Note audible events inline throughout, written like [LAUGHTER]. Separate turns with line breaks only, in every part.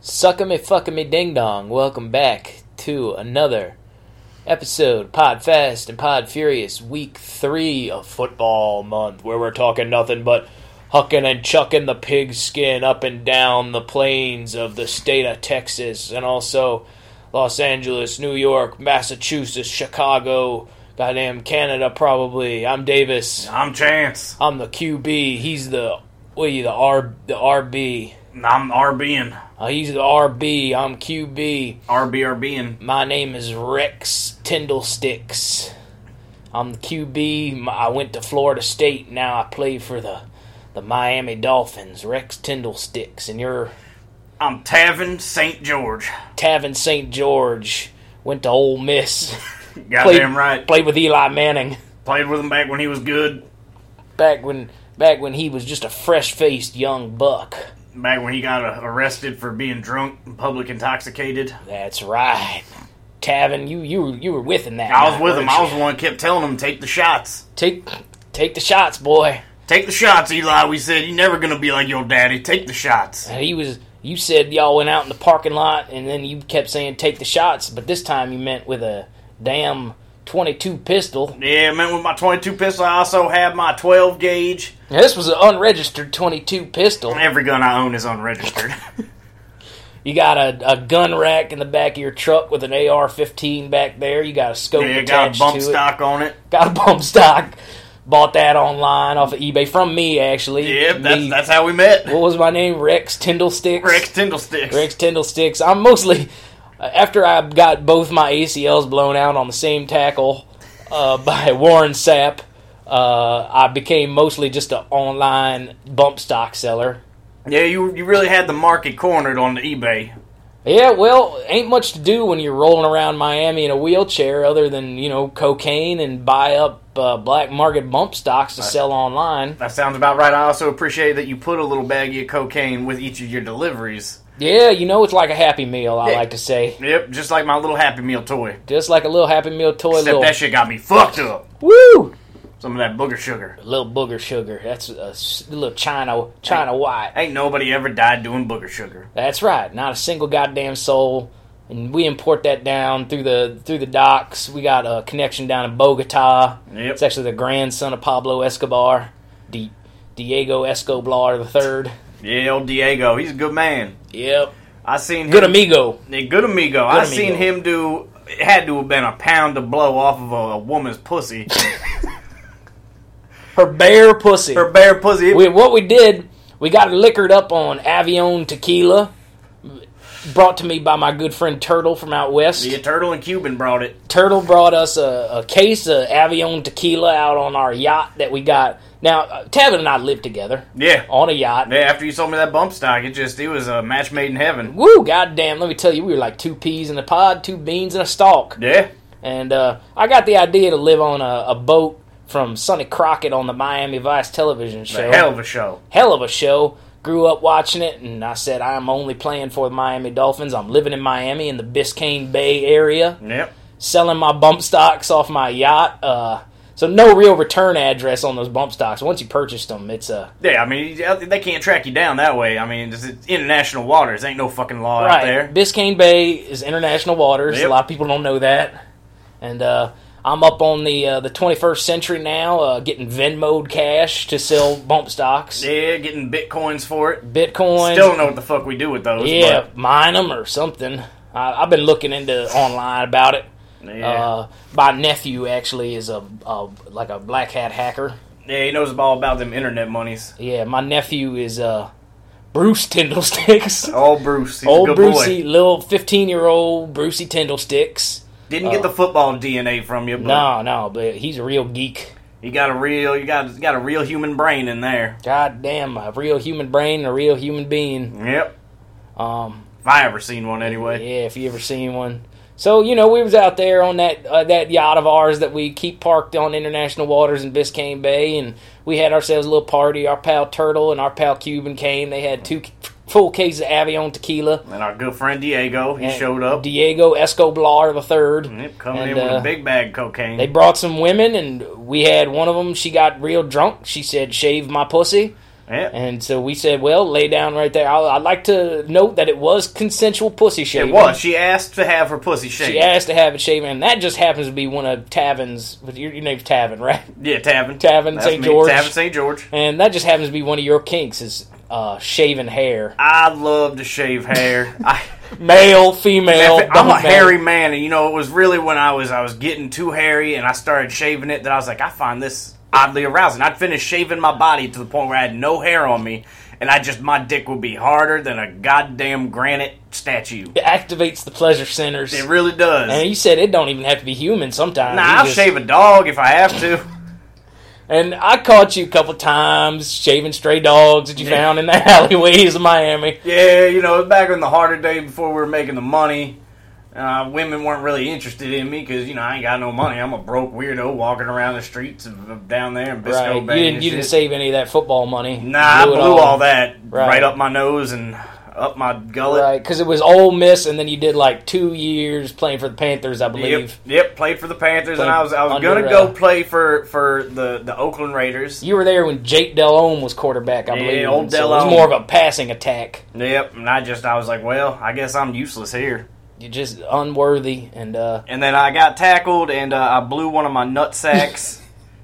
Sucka me, fucka me, ding dong. Welcome back to another episode, Pod Fast and Pod Furious, week three of football month, where we're talking nothing but hucking and chucking the pigskin up and down the plains of the state of Texas and also Los Angeles, New York, Massachusetts, Chicago, goddamn Canada, probably. I'm Davis.
I'm Chance.
I'm the QB. He's the, what are you, the, R, the RB.
I'm RBing.
Uh, he's the RB. I'm QB.
RBRBing.
My name is Rex Tindlesticks. I'm the QB. M- I went to Florida State. Now I play for the the Miami Dolphins. Rex Tindlesticks, and you're
I'm Tavin St. George.
Tavin St. George. Went to Ole Miss.
[LAUGHS] Goddamn right.
Played with Eli Manning
Played with him back when he was good.
back when back when he was just a fresh faced young buck.
Back when he got uh, arrested for being drunk and public intoxicated.
That's right. Tavin, you you you were with him that.
I was
night,
with him.
weren't
I
you?
was the one who kept telling him, take the shots.
take take the shots, boy.
Take the shots, Eli. We said, you're never going to be like your daddy. Take the shots.
And he was. You said y'all went out in the parking lot, and then you kept saying take the shots, but this time you meant with a damn twenty-two pistol.
Yeah, man, with my 22 pistol, I also have my 12 gauge.
Now, this was an unregistered twenty-two pistol.
Every gun I own
[LAUGHS]
is unregistered.
You got a, a gun rack in the back of your truck with an AR-15 back there. You got a scope
yeah, got a
attached
bump
to
stock on it.
it. Got a bump stock. Bought that online off of eBay from me, actually.
Yeah, that's,
Me-
that's how we met.
what was my name? Rex Tindlesticks.
Rex Tindlesticks.
Rex Tindall sticks. I'm mostly uh, after I got both my ACLs blown out on the same tackle uh, [LAUGHS] by Warren Sapp. Uh, I became mostly just an online bump stock seller.
Yeah, you you really had the market cornered on the eBay.
Yeah, well, ain't much to do when you're rolling around Miami in a wheelchair other than you know cocaine and buy up uh, black market bump stocks to sell online.
That sounds about right. I also appreciate that you put a little baggie of cocaine with each of your deliveries.
Yeah, you know it's like a happy meal. I like to say,
Yep, just like my little Happy Meal toy.
just like a little happy meal toy,
Except
little
that shit got me fucked up.
woo.
Some of that booger sugar.
little booger sugar. That's a s- little China China white.
Ain't nobody ever died doing booger sugar.
That's right. Not a single goddamn soul. And we import that down through the through the docks. We got a connection down in Bogota.
Yep.
It's actually the grandson of Pablo Escobar, Di- Diego Escobar the third.
Yeah, old Diego, he's a good man.
Yep.
I seen him,
Good amigo.
Yeah, good amigo. I
amigo.
seen him do. It had to have been a pound to blow off of a, a woman's pussy.
Her bare pussy.
Her bare pussy. It-
We, what we did, we got her liquored up on Avion tequila, brought to me by my good friend Turtle from out west.
the turtle and Cuban brought it.
Turtle brought us a, a case of Avion tequila out on our yacht that we got. Now, uh, Tavin and I live together
Yeah.
on a yacht.
Yeah, after you sold me that bump stock, it just it was a match made in heaven.
Woo, goddamn, let me tell you, we were like two peas in a pod, two beans in a stalk.
Yeah.
And uh, I got the idea to live on a, a boat from Sonny Crockett on the Miami Vice television
A
show.
hell of a show.
Hell of a show. Grew up watching it, and I said, I'm only playing for the Miami Dolphins. I'm living in Miami in the Biscayne Bay area.
Yep.
selling my bump stocks off my yacht. Uh, so no real return address on those bump stocks. Once you purchased them, it's uh, a
Yeah, I mean they can't track you down that way. I mean it's it's international waters. Ain't no fucking law out there.
Biscayne Bay is international waters.
Yep.
A lot of people don't know that. And uh, I'm up on the uh, the 21st century now, uh, getting Venmoed cash to sell bump stocks,
Yeah, getting bitcoins for it.
Bitcoin.
Still don't know what the fuck we do with those.
yeah, mine them or something. I, I've been looking into online about it.
But, yeah.
Uh, my nephew actually is a, a like a black hat hacker.
yeah, he knows all about them internet monies.
Yeah, my nephew is uh Bruce
[LAUGHS]
Tindlesticks.
Old Bruce, he's a
Old
good
Brucey,
boy. Mm-hmm.
little fifteen year old Brucey Tindlesticks.
Didn't
uh,
get the football DNA from you, but
No, no, but he's a real geek.
you got a real you got you got a real human brain in there.
God damn, a real human brain, and a real human being.
Yep.
Um,
If I ever seen one anyway.
yeah, if you ever seen one. So you know, we was out there on that uh, that yacht of ours that we keep parked on international waters in Biscayne Bay, and we had ourselves a little party. Our pal Turtle and our pal Cuban came. They had two full cases of Avion tequila.
And our good friend Diego, he
and
showed up.
Diego Escobar the third.
Yep, coming
And,
in with
uh,
a big bag of cocaine.
They brought some women, and we had one of them. She got real drunk. She said, "Shave my pussy,"
Yeah.
And so we said, well, lay down right there. i I'd like to note that it was consensual pussy
It
shaving.
was. She asked to have her pussy shaved.
She asked to have it shaven, and that just happens to be one of Tavin's. But your, your name's Tavin, right?
Yeah, Tavin.
Tavin
That's
St.
me,
George.
Tavin St. George.
And that just happens to be one of your kinks is uh, shaven hair,
I love to
[LAUGHS]
shave hair. I,
male, female.
I'm a
don't matter.
hairy man, and you know it was really when I was I was getting too hairy, and I started shaving it that I was like, I find this oddly arousing. I'd finish shaving my body to the point where I had no hair on me, and I just my dick would be harder than a goddamn granite statue.
It activates the pleasure centers.
It really does.
and you said it don't even have to be human sometimes.
nah,
You
I'll
just-
shave a dog if I have to.
And I caught you a couple times shaving stray dogs that you found in the [LAUGHS] alleyways of Miami.
Yeah, you know, it was back in the harder day before we were making the money. Uh, women weren't really interested in me because you know I ain't got no money. I'm a broke weirdo walking around the streets of, of down there in
Right?
Bisco
You
Bay.
didn't.
and
You didn't
shit.
save any of that football money.
Nah,
You
I
it
blew all, that
Right.
right. up my nose and up my gullet.
Right, because it was Ole Miss, and then you did like two years playing for the Panthers, I
Yep,
believe.
yep. Played for the Panthers,
Played
and I was I was
under,
gonna go
uh,
play for for the the Oakland Raiders.
You were there when Jake Delhomme was quarterback, I
Yeah,
believe.
old
so it was
Delhomme.
more of a passing attack.
Yep, and I just I was like, well, I guess I'm useless here.
You're just unworthy, and uh, [LAUGHS]
And then I got tackled, and uh, I blew one of my
[LAUGHS]
nut sacks.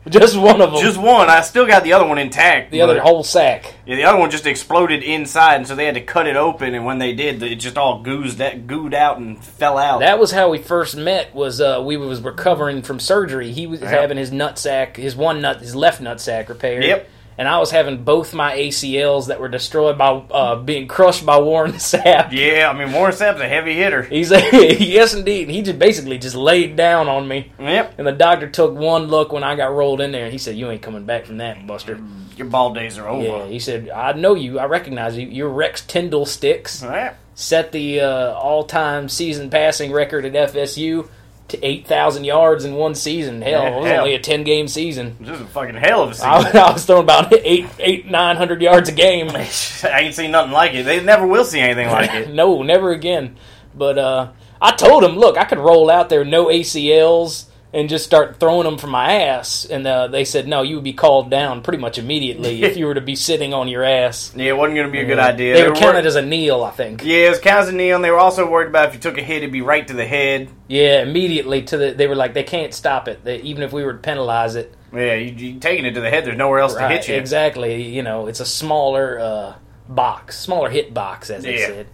just one of them.
just one. I still got the other one intact.
the other
but-
whole sack.
Yeah, the other one just exploded inside, and so they had to cut it open. And when they did, it just all goozed that gooed out and fell out.
That was how we first met. Was uh, we was recovering from surgery. He was having his nut sack, his one nut, his left nut sack repaired.
Yep.
And I was having both my ACLs that were destroyed by uh, being crushed by Warren [LAUGHS] Sapp.
yeah, I mean Warren Sapp's a heavy hitter.
He's like, [LAUGHS] yes, indeed. And he just basically just laid down on me.
Yep,
And the doctor took one look when I got rolled in there, and he said, "You ain't coming back from that, Buster."
your ball days are over.
Yeah, he said, "I know you. I recognize you. You're Rex Tyndall sticks.
Yeah.
Set the uh, all-time season passing record at FSU to eight thousand yards in one season. Hell, it was
Hell.
only a ten-game season. [LAUGHS]
This is a fucking hell of a
I, was-
season.
I was throwing about [LAUGHS] eight, eight, nine hundred yards a game. [LAUGHS]
[LAUGHS] I ain't seen nothing like it. They never will see anything like
[LAUGHS]
it.
no, never again. But uh, I told him, look, I could roll out there no ACLs and just start throwing them from my ass. And uh, they said, no, you would be called down pretty much immediately if you were to be sitting on your ass.
Yeah, it wasn't going to be a good idea.
They were
wor-
counted as a kneel, I think.
yeah, it was counted as a kneel, and they were also worried about if you took a hit, it'd be right to the head.
Yeah, immediately to the. They were like, they can't stop it. They, even if we were to penalize it,
Yeah, you, you taking it to the head. There's nowhere else to hit you.
Exactly. You know, it's a smaller uh, box, smaller hit box, as they
Yeah.
said.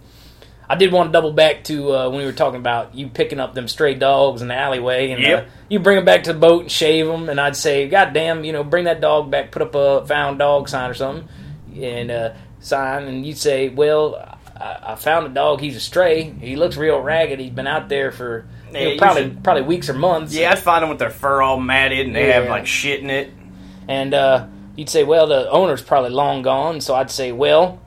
I did want to double back to uh, when we were talking about you picking up them stray dogs in the alleyway, and uh,
Yep.
you bring them back to the boat and shave them. And I'd say, "God damn, you know, bring that dog back, put up a found dog sign or something, and uh, sign." And you'd say, "Well, I, I found a dog. He's a stray. He looks real ragged. He's been out there for you
Yeah,
know,
you
probably
should-
probably weeks or months."
Yeah, I'd find them with their fur all matted, and they have
Yeah.
like shit in it.
And uh, you'd say, well, the owner's probably long gone. So I'd say, well,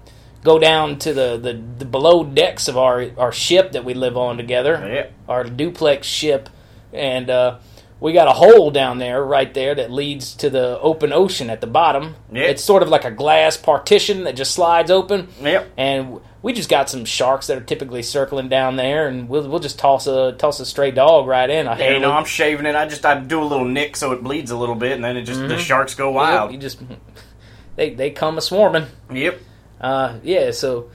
go down to the, the, the below decks of our, our ship that we live on together,
Yep.
our duplex ship. And uh, we got a hole down there, right there, that leads to the open ocean at the bottom.
Yep.
It's sort of like a glass partition that just slides open.
Yep.
And we just got some sharks that are typically circling down there, and we'll, we'll just toss a toss a stray dog right in. A
Yeah, you know,
hairy-
I'm shaving it. I just I do a little nick so it bleeds a little bit, and then it just
Mm-hmm.
the sharks go
You
wild.
just [LAUGHS] they they come a swarming.
Yep.
Uh, yeah, so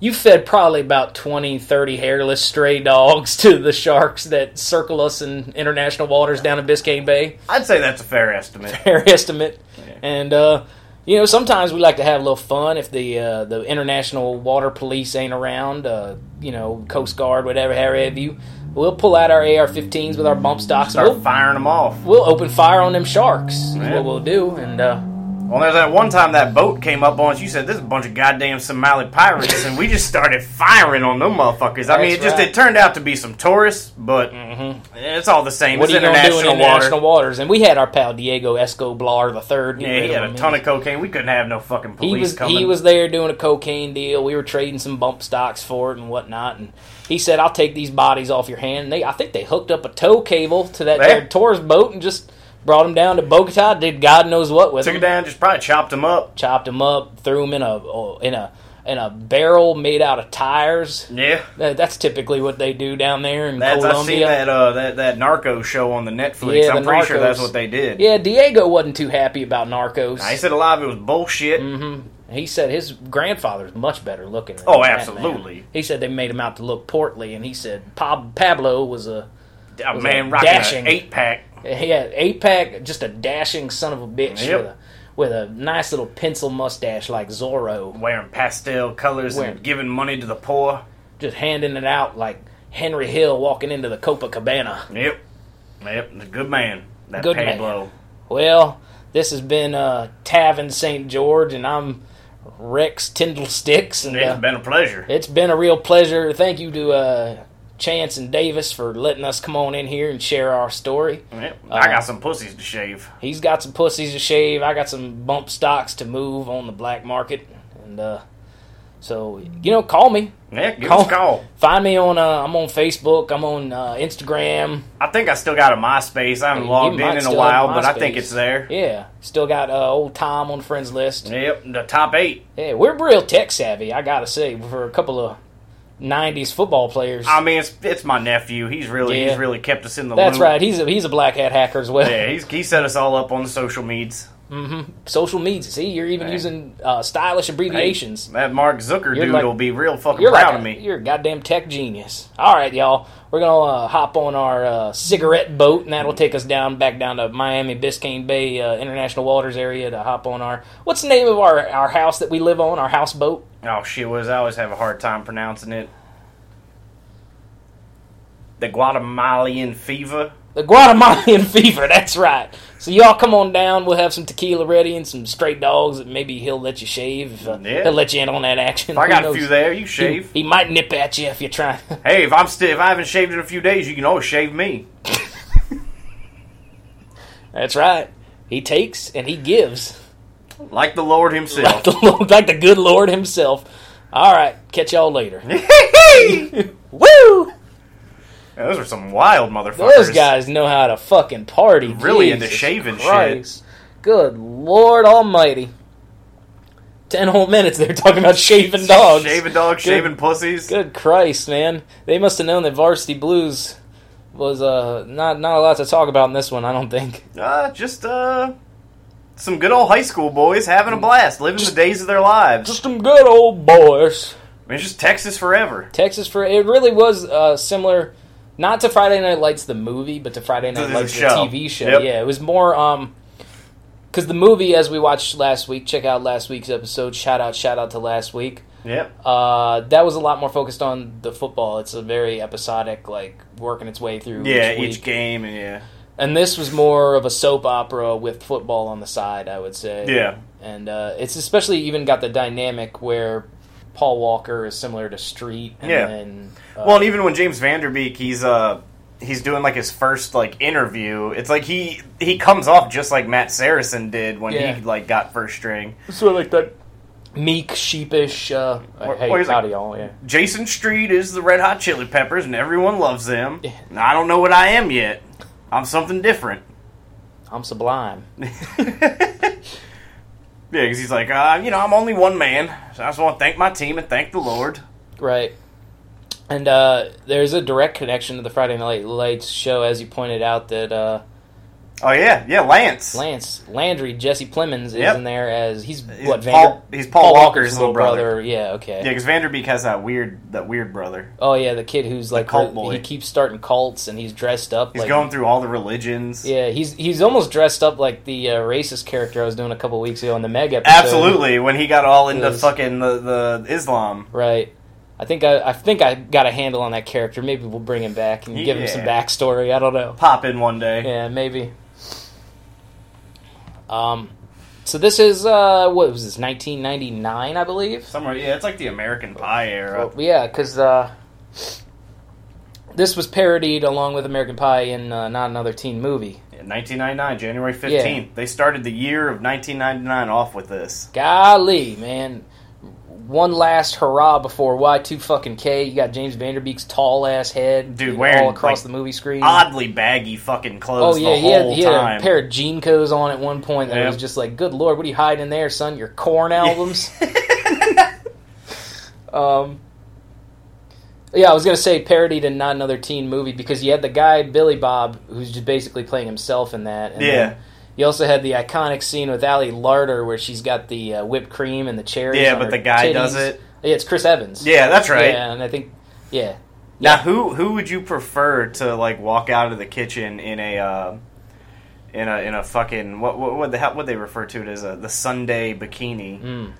you fed probably about 20, 30 hairless stray dogs [LAUGHS] to the sharks that circle us in international waters down in Biscayne Bay, [LAUGHS]
I'd say that's a fair estimate.
fair estimate. And, uh, you know, sometimes we like to have a little fun if the uh, the international water police ain't around, uh, you know, Coast Guard, whatever, however you. We'll pull out our AR-15s with our bump stocks. and
Start
We'll,
firing them off.
we'll open fire on them sharks. Is
Yeah.
what we'll do, and uh,
Well, there's that one time that boat came up on us. You said this is a bunch of goddamn Somali pirates, and we just started firing on them motherfuckers. I mean, it
That's
just
right. Mm-hmm.
it turned out to be some tourists, but it's all the same.
what
it's
are you gonna do in
international water.
international waters? And we had our pal Diego Escobar the third.
Yeah, he had a ton of cocaine. We couldn't have no fucking police
he was
coming.
he was there doing a cocaine deal. We were trading some bump stocks for it and whatnot. And he said, "I'll take these bodies off your hand." And they, I think they hooked up a tow cable to that
Yeah.
there tourist boat and just brought them down to Bogota. Did God knows what with
took it
them.
down, just probably chopped him up.
Chopped them up, threw them in a in a and a barrel made out of tires.
Yeah.
That, that's typically what they do down there in
That's, I've seen
Colombia.
that, uh, that that narco show on the Netflix.
Yeah,
I'm
the
pretty sure that's
Narcos.
what they did.
Yeah, Diego wasn't too happy about Narcos.
I said alive, it was bullshit.
Mm-hmm. He said his grandfather's much better looking. Than
Oh,
that man.
absolutely.
He said they made him out to look portly, and he said Pab- Pablo was a
A
was
Oh, man
a
rocking
dashing-
an eight pack.
he had eight pack, just a dashing son of a bitch
Yep.
with a with a nice little pencil mustache like Zorro,
wearing pastel colors
Wearing-
and giving money to the poor.
just handing it out like Henry Hill walking into the Copacabana.
Yep. Yep. A good man. That
Good
Pablo.
Well, this has been uh, Tavern St. George, and I'm Rex Tindlesticks, and uh,
It's been a pleasure.
it's been a real pleasure. Thank you to uh, Chance and Davis for letting us come on in here and share our story.
Yep.
Uh,
I got some pussies to shave.
He's got some pussies to shave. I got some bump stocks to move on the black market, and uh, so you know, call me.
Yeah, give
Call-
us a call.
Find me on. Uh, I'm on Facebook. I'm on uh, Instagram.
I think I still got a MySpace. I haven't
You
logged
might
in in a
still
while,
have
but I
MySpace.
think it's there.
Yeah, still got uh, old Tom on the friends list.
Yep. The top eight.
Hey, we're real tech savvy, I gotta say, for a couple of '90s football players.
I mean, it's it's my nephew. He's really
Yeah.
he's really kept us in the
That's
loop.
right. He's a he's a black hat hacker as well.
Yeah, he's, he set us all up on the social meds.
Social media. See, you're even using uh, stylish abbreviations.
That Mark Zucker
You're
dude
like-
will be real fucking
You're
proud
like a,
of me.
you're a goddamn tech genius. All right, y'all. We're gonna uh, hop on our uh, cigarette boat, and that'll take us down back down to Miami Biscayne Bay uh, International Waters area to hop on our. What's the name of our our house that we live on? Our houseboat.
Oh shit, was I always have a hard time pronouncing it. The Guatemalan fever.
The Guatemalan [LAUGHS] fever, that's right. So y'all come on down. We'll have some tequila ready and some straight dogs. That maybe he'll let you shave. If, uh,
Yeah.
He'll let you in on that action.
If I
Who
got a
knows?
few there, you
He,
shave.
he might nip at you if you're trying. [LAUGHS]
Hey, if I'm still if I haven't shaved in a few days, you can always shave me.
that's right. He takes and he gives, [LAUGHS]
Like the Lord
like [LAUGHS]
himself. [LAUGHS]
the Lord, like the good Lord himself. All right, catch y'all later. Woo!
Those are some wild motherfuckers.
Those guys know how to fucking party.
Really
Jesus
into shaving shit.
Christ. Good Lord Almighty. Ten whole minutes they're talking about shaving dogs.
Shaving dogs, shaving pussies.
Good Christ, man! They must have known that Varsity Blues was uh not not a lot to talk about in this one. I don't think.
Uh, just uh some good old high school boys having a blast, living the days of their lives.
Just some good old boys.
I mean, it's just Texas forever.
Texas for it really was uh, similar, not to Friday Night Lights the movie, but to Friday Night
the
Lights the,
show.
TV show.
Yep.
Yeah, it was more um because the movie as we watched last week. Check out last week's episode. Shout out, shout out to last week.
Yep.
Uh, that was a lot more focused on the football. It's a very episodic, like working its way through.
Yeah,
each, week.
each game and yeah.
And this was more of a soap opera with football on the side, I would say.
Yeah.
And uh, it's especially even got the dynamic where Paul Walker is similar to Street. And
Yeah.
Then, uh,
Well, and even when James Vanderbeek, he's uh he's doing like his first like interview. It's like he he comes off just like Matt Saracen did when
Yeah.
he like got first string.
sort of like that meek, sheepish. Uh,
Or-
hey,
or he's
howdy,
like-
y'all. Yeah.
Jason Street is the Red Hot Chili Peppers, and everyone loves them. And I don't know what I am yet. I'm something different.
I'm sublime.
[LAUGHS] Yeah, because he's like, uh, you know, I'm only one man, so I just want to thank my team and thank the Lord.
Right. And uh, there's a direct connection to the Friday Night Lights show, as you pointed out, that uh,
Oh yeah, yeah, Lance.
Lance Landry, Jesse Plemons, is
Yep.
in there as he's,
He's
what,
Paul-
Vander-
he's Paul Walker's little brother.
Yeah, okay.
Yeah, because Vanderbeek has that weird that weird brother.
Oh yeah, the kid who's like
cult
re-
boy.
he keeps starting cults and he's dressed up
He's
like
going through all the religions.
yeah he's he's almost dressed up like the uh, racist character I was doing a couple weeks ago in the Meg episode.
Absolutely, when he got all into
Is-
fucking the, the Islam.
right. I think I, I think I got a handle on that character. Maybe we'll bring him back and give him some
Yeah.
backstory. I don't know.
pop in one day.
Yeah, maybe. Um, so this is uh what was this 1999 I believe.
Somewhere, yeah, it's like the American Pie era.
Well, yeah, because uh, this was parodied along with American Pie in uh, not another teen movie.
Yeah, 1999, January 15th. They started the year of 1999 off with this.
Golly, man. One last hurrah before Y2 fucking K. You got James Vanderbeek's tall ass head
Dude, wearing,
all across
like,
the movie screen.
Oddly baggy fucking
oh,
clothes
yeah.
the
He had,
whole
he had a
time.
pair of jean co's on at one point that [LAUGHS]
Yeah. [LAUGHS]
was just like, good lord, what are you hiding there, son? Your corn albums? Um, yeah, I was gonna say parodied in not another teen movie because you had the guy Billy Bob who's just basically playing himself in that. And
Yeah.
then You also had the iconic scene with Ally Larder where she's got the uh, whipped cream and the cherries.
Yeah,
on
but
her
the guy does
titties.
it.
Yeah, it's Chris Evans.
Yeah, that's right.
Yeah, and I think yeah,
Now, who who would you prefer to like walk out of the kitchen in a uh, in a in a fucking what what, what the hell would they refer to it as a the Sunday bikini?
Mm.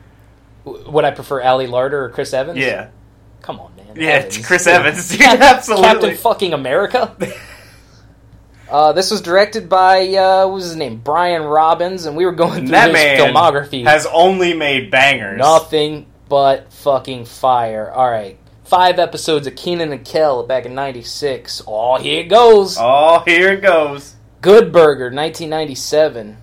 W- Would I prefer Ali Larder or Chris Evans?
Yeah,
Come on, man.
yeah,
Evans.
Chris
Yeah.
Evans, yeah, [LAUGHS] absolutely.
Captain fucking America. [LAUGHS] Uh, this was directed by uh, what was his name, Brian Robbins, and we were going through
that
his
man
filmography.
has only made bangers.
Nothing but fucking fire. All right, five episodes of Keenan and Kel back in '96. Oh, here it goes.
Oh, here it goes.
Good Burger, 1997.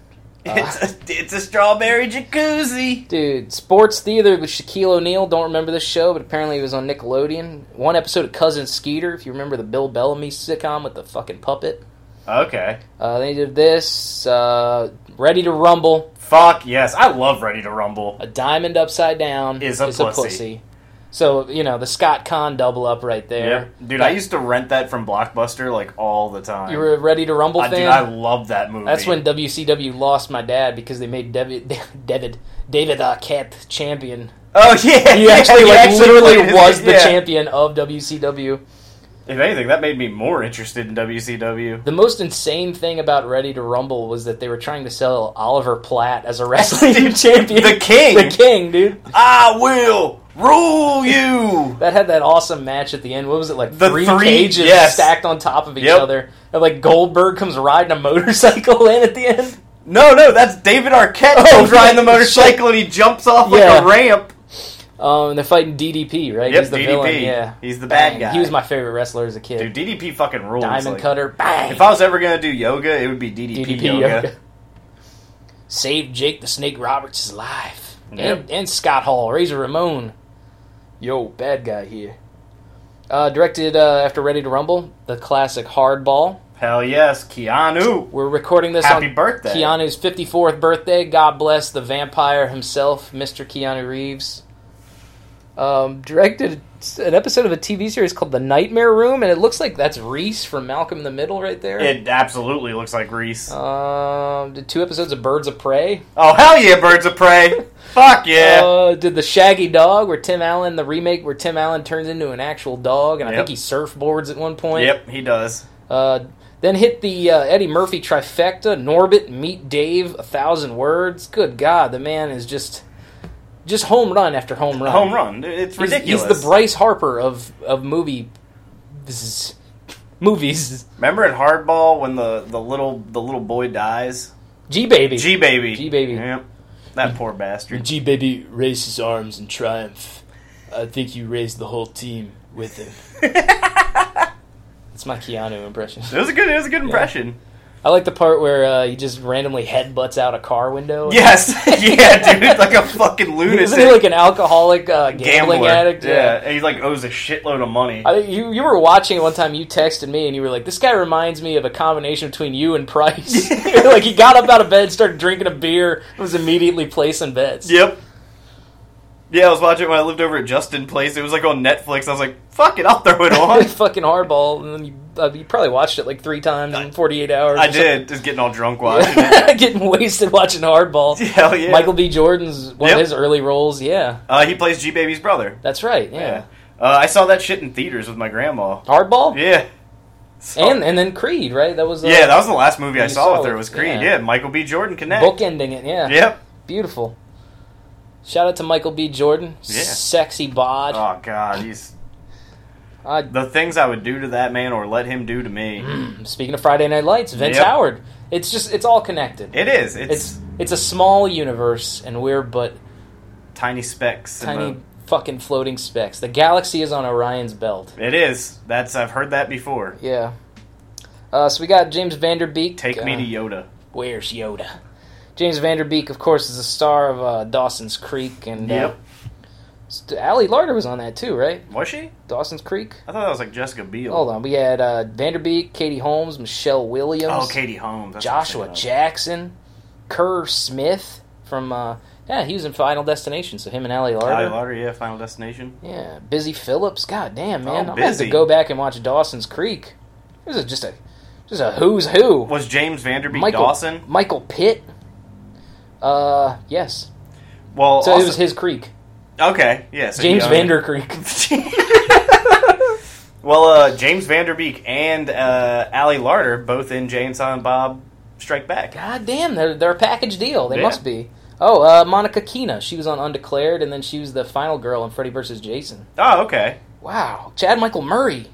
Uh.
It's, a, it's a strawberry jacuzzi.
Dude, Sports Theater with Shaquille O'Neal. Don't remember this show, but apparently it was on Nickelodeon. One episode of Cousin Skeeter, if you remember the Bill Bellamy sitcom with the fucking puppet.
Okay.
Uh, they did this. Uh, Ready to Rumble.
Fuck yes, I love Ready to Rumble.
A Diamond Upside Down
Is a pussy.
So, you know, the Scott Kahn double up right there.
Yep. dude, I used to rent that from Blockbuster like all the time.
You were a Ready to Rumble
I,
fan?
dude, I love that movie.
That's when WCW lost my dad because they made David, [LAUGHS] David, David Arquette champion.
Oh [LAUGHS] yeah,
He
yeah,
actually, like,
played
literally
his-
was the
yeah.
champion of WCW.
If anything, that made me more interested in WCW.
The most insane thing about Ready to Rumble was that they were trying to sell Oliver Platt as a [LAUGHS] wrestling champion.
The King.
The king, dude.
I will rule you.
That had that awesome match at the end. What was it like?
The
three,
three-
cages
yes.
stacked on top of each
Yep.
other. And like Goldberg comes riding a motorcycle [LAUGHS] in at the end.
No, no, that's David Arquette
Oh,
who's riding the
shit.
motorcycle and he jumps off
Yeah.
like a ramp.
Um, and they're fighting DDP, right?
Yep,
He's the
DDP.
villain. Yeah,
He's the bad
Bang.
guy.
He was my favorite wrestler as a kid.
Dude, DDP fucking rules.
Diamond
like-
Cutter, bang.
If I was ever gonna do yoga, it would be DDP,
DDP
yoga.
yoga. Save Jake the Snake Roberts is alive.
Yep.
And, and Scott Hall, Razor Ramon. Yo, bad guy here. Uh, directed uh, after Ready to Rumble, the classic Hardball.
Hell yes, Keanu.
We're recording this
Happy
on
birthday.
Keanu's 54th birthday. God bless the vampire himself, Mr. Keanu Reeves. Um, directed an episode of a TV series called The Nightmare Room, and it looks like that's Reese from Malcolm in the Middle right there.
It absolutely looks like Reese.
Um, did two episodes of Birds of Prey.
oh hell yeah, Birds of Prey. Fuck yeah.
Uh, did the Shaggy Dog, where Tim Allen, the remake where Tim Allen turns into an actual dog, and I
Yep.
think he surfboards at one point.
yep, he does.
Uh, then hit the uh, Eddie Murphy trifecta: Norbit, Meet Dave, A Thousand Words. Good God, the man is just just home run after home run.
Home run. It's
He's-
ridiculous.
He's, the Bryce Harper of of movie this is, movies. [LAUGHS]
Remember in Hardball when the, the little the little boy dies?
G baby.
G baby.
G baby.
Yep. That poor [LAUGHS] bastard.
G Baby raised his arms in triumph. I think you raised the whole team with him. It's my Keanu impression. [LAUGHS]
It was a good it was a good impression.
I like the part where uh, he just randomly headbutts out a car window.
Yes. [LAUGHS] yeah, dude, like a fucking
Isn't
lunatic.
he like an alcoholic uh, gambling
gambler.
addict?
Yeah. and he like owes a shitload of money.
I, you, you were watching it one time, you texted me, and you were like, This guy reminds me of a combination between you and
[LAUGHS]
Price. [LAUGHS] like, he got up out of bed, started drinking a beer, and was immediately placing bets. [LAUGHS]
yep. Yeah, I was watching it when I lived over at Justin Place. It was like on Netflix. I was like, fuck it, I'll throw
[LAUGHS]
it on.
fucking hardball, and then you, uh, you probably watched it like three times in 48 hours.
I
or something.
did, just getting all
[LAUGHS]
drunk watching it.
getting wasted watching hardball.
[LAUGHS] Hell yeah.
Michael B. Jordan's one of
Yep.
his early roles. Yeah,
uh, he plays G Baby's brother.
that's right. Yeah,
Yeah. Uh, I saw that shit in theaters with my grandma.
hardball.
Yeah. So-
And and then Creed, right? That was uh,
Yeah, that was the last movie I
You
saw,
saw
with her
it,
was Creed.
yeah.
Yeah. Michael B. Jordan connect.
bookending it. Yeah.
Yep.
beautiful. Shout out to Michael B. Jordan,
Yeah.
sexy bod.
Oh God, he's
Uh, [CLEARS THROAT]
the things I would do to that man or let him do to me.
Mm. speaking of Friday Night Lights, Vince
Yep.
Howard. It's just it's all connected.
It is. It's,
it's it's a small universe, and we're but
tiny specks. in
tiny fucking floating specks. The galaxy is on Orion's belt.
the- it is. That's I've heard that before.
Yeah. Uh, so we got James Vanderbeek.
Take me
uh,
to Yoda.
Where's Yoda? James Vanderbeek, of course, is the star of uh, Dawson's Creek, and
Yep.
uh, Ali Larder was on that too, right?
Was she?
Dawson's Creek.
I thought that was like Jessica Biel.
Hold on, we had uh, Vanderbeek, Katie Holmes, Michelle Williams,
Oh, Katie Holmes. That's what I'm
Joshua
thinking of.
Jackson, Kerr Smith from uh, Yeah, he was in Final Destination, so him and Ali Larder.
Ally Larder, yeah, Final Destination.
Yeah, Busy Phillips. God damn, man.
Oh,
I'm going to have to
Busy.
go back and watch Dawson's Creek. This is just a just a who's who.
Was James Vanderbeek
Michael
Dawson?
Michael Pitt. Uh, yes.
Well,
So
also,
it was his creek.
Okay, yeah. So
James
he, uh,
Vander Creek.
[LAUGHS] well, uh, James Vanderbeek and uh, Ally Larder both in Jane Silent Bob Strike Back.
God damn, they're, they're a package deal. They
Yeah.
must be. Oh, uh, Monica Keena. She was on Undeclared, and then she was the final girl in Freddy vs. Jason.
Oh, okay.
Wow. Chad Michael Murray.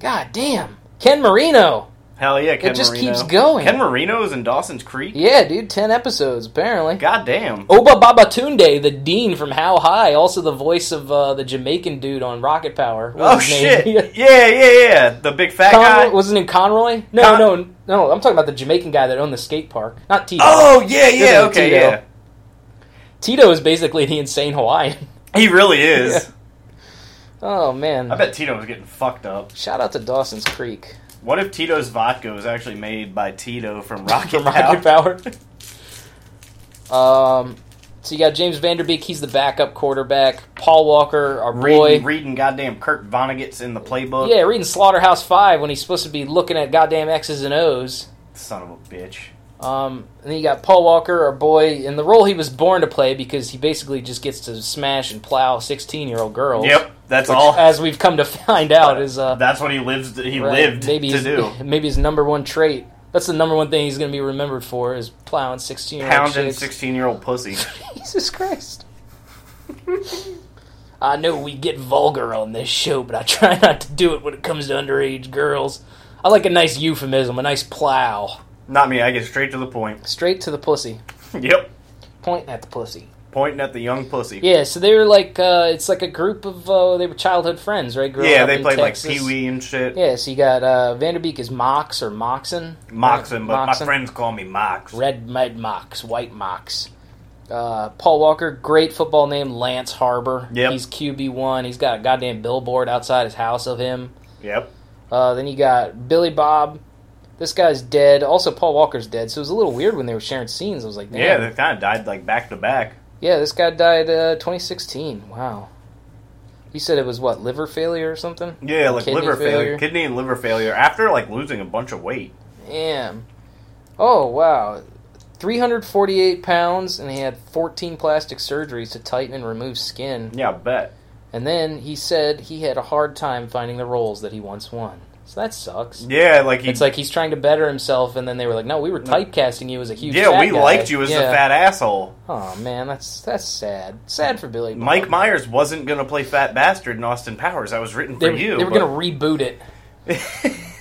God damn. Ken Marino.
Hell yeah, Ken
just
Marino.
keeps going.
Ken Marino's in Dawson's Creek.
Yeah, dude, 10 episodes, apparently.
God damn.
Oba Babatunde, the dean from How High, also the voice of uh, the Jamaican dude on Rocket Power. What
Oh
was his name? [LAUGHS]
shit! yeah, yeah, yeah. The big fat guy.
Conroy, was his name Conroy? No,
Con-
no, no. I'm talking about the Jamaican guy that owned the skate park, not Tito.
oh yeah, yeah.
name,
Okay,
Tito.
yeah.
Tito is basically the insane Hawaiian. [LAUGHS]
He really is.
Oh man!
I bet Tito was getting fucked up.
Shout out to Dawson's Creek
What if Tito's vodka was actually made by Tito from
[LAUGHS]
Rocket,
from Rocket Power. [LAUGHS] um, so you got James Vanderbeek. He's the backup quarterback. Paul Walker, our boy.
Reading, reading goddamn Kirk Vonnegut's in the playbook.
yeah, reading Slaughterhouse Five when he's supposed to be looking at goddamn X's and O's.
Son of a bitch.
Um, and then you got Paul Walker, our boy, in the role he was born to play because he basically just gets to smash and plow sixteen-year-old girls.
Yep, that's
Which,
all.
as we've come to [LAUGHS] find out, is uh,
that's what he lives. He
right,
lived to
his, [LAUGHS]
do.
Maybe his number one trait. That's the number one thing he's going to be remembered for is plowing sixteen.
Pounding sixteen-year-old pussy.
Jesus Christ. [LAUGHS] I know we get vulgar on this show, but I try not to do it when it comes to underage girls. I like a nice euphemism, a nice plow,
Not me. I get straight to the point. [LAUGHS]
straight to the pussy,
Yep.
point at the pussy.
Pointing at the young pussy.
Yeah, so they were like, uh, it's like a group of, uh, they were childhood friends, right? Growing
Yeah,
up
they
in
played like
Texas.
Pee Wee and shit.
Yeah, so you got uh, Vanderbeek is Mox or Moxon.
Moxon, but
Moxon.
my friends call me Mox.
Red Med Mox, White Mox. Uh, Paul Walker, great football name, Lance Harbor.
Yep.
He's QB1. He's got a goddamn billboard outside his house of him.
Yep.
Uh, then you got Billy Bob. This guy's dead. Also, Paul Walker's dead, so it was a little weird when they were sharing scenes. I was like,
Yeah,
Damn.
they kind of died like back to back.
Yeah, this guy died uh, 2016. Wow. You said it was what liver failure or something?
Yeah, like
Kidney
liver failure.
failure.
kidney and liver failure after like losing a bunch of weight.
Damn. Oh wow. 348 pounds, and he had 14 plastic surgeries to tighten and remove skin.
Yeah, I bet.
And then he said he had a hard time finding the roles that he once won. So that sucks.
Yeah, like he.
It's like he's trying to better himself, and then they were like, "No, we were typecasting you as a huge."
yeah,
fat
we
guy."
liked you as the
Yeah.
fat asshole.
Oh man, that's that's sad. Sad for Billy. Bob.
Mike Myers wasn't gonna play fat bastard in Austin Powers. That was written
they,
for you.
they were
but-
gonna reboot it.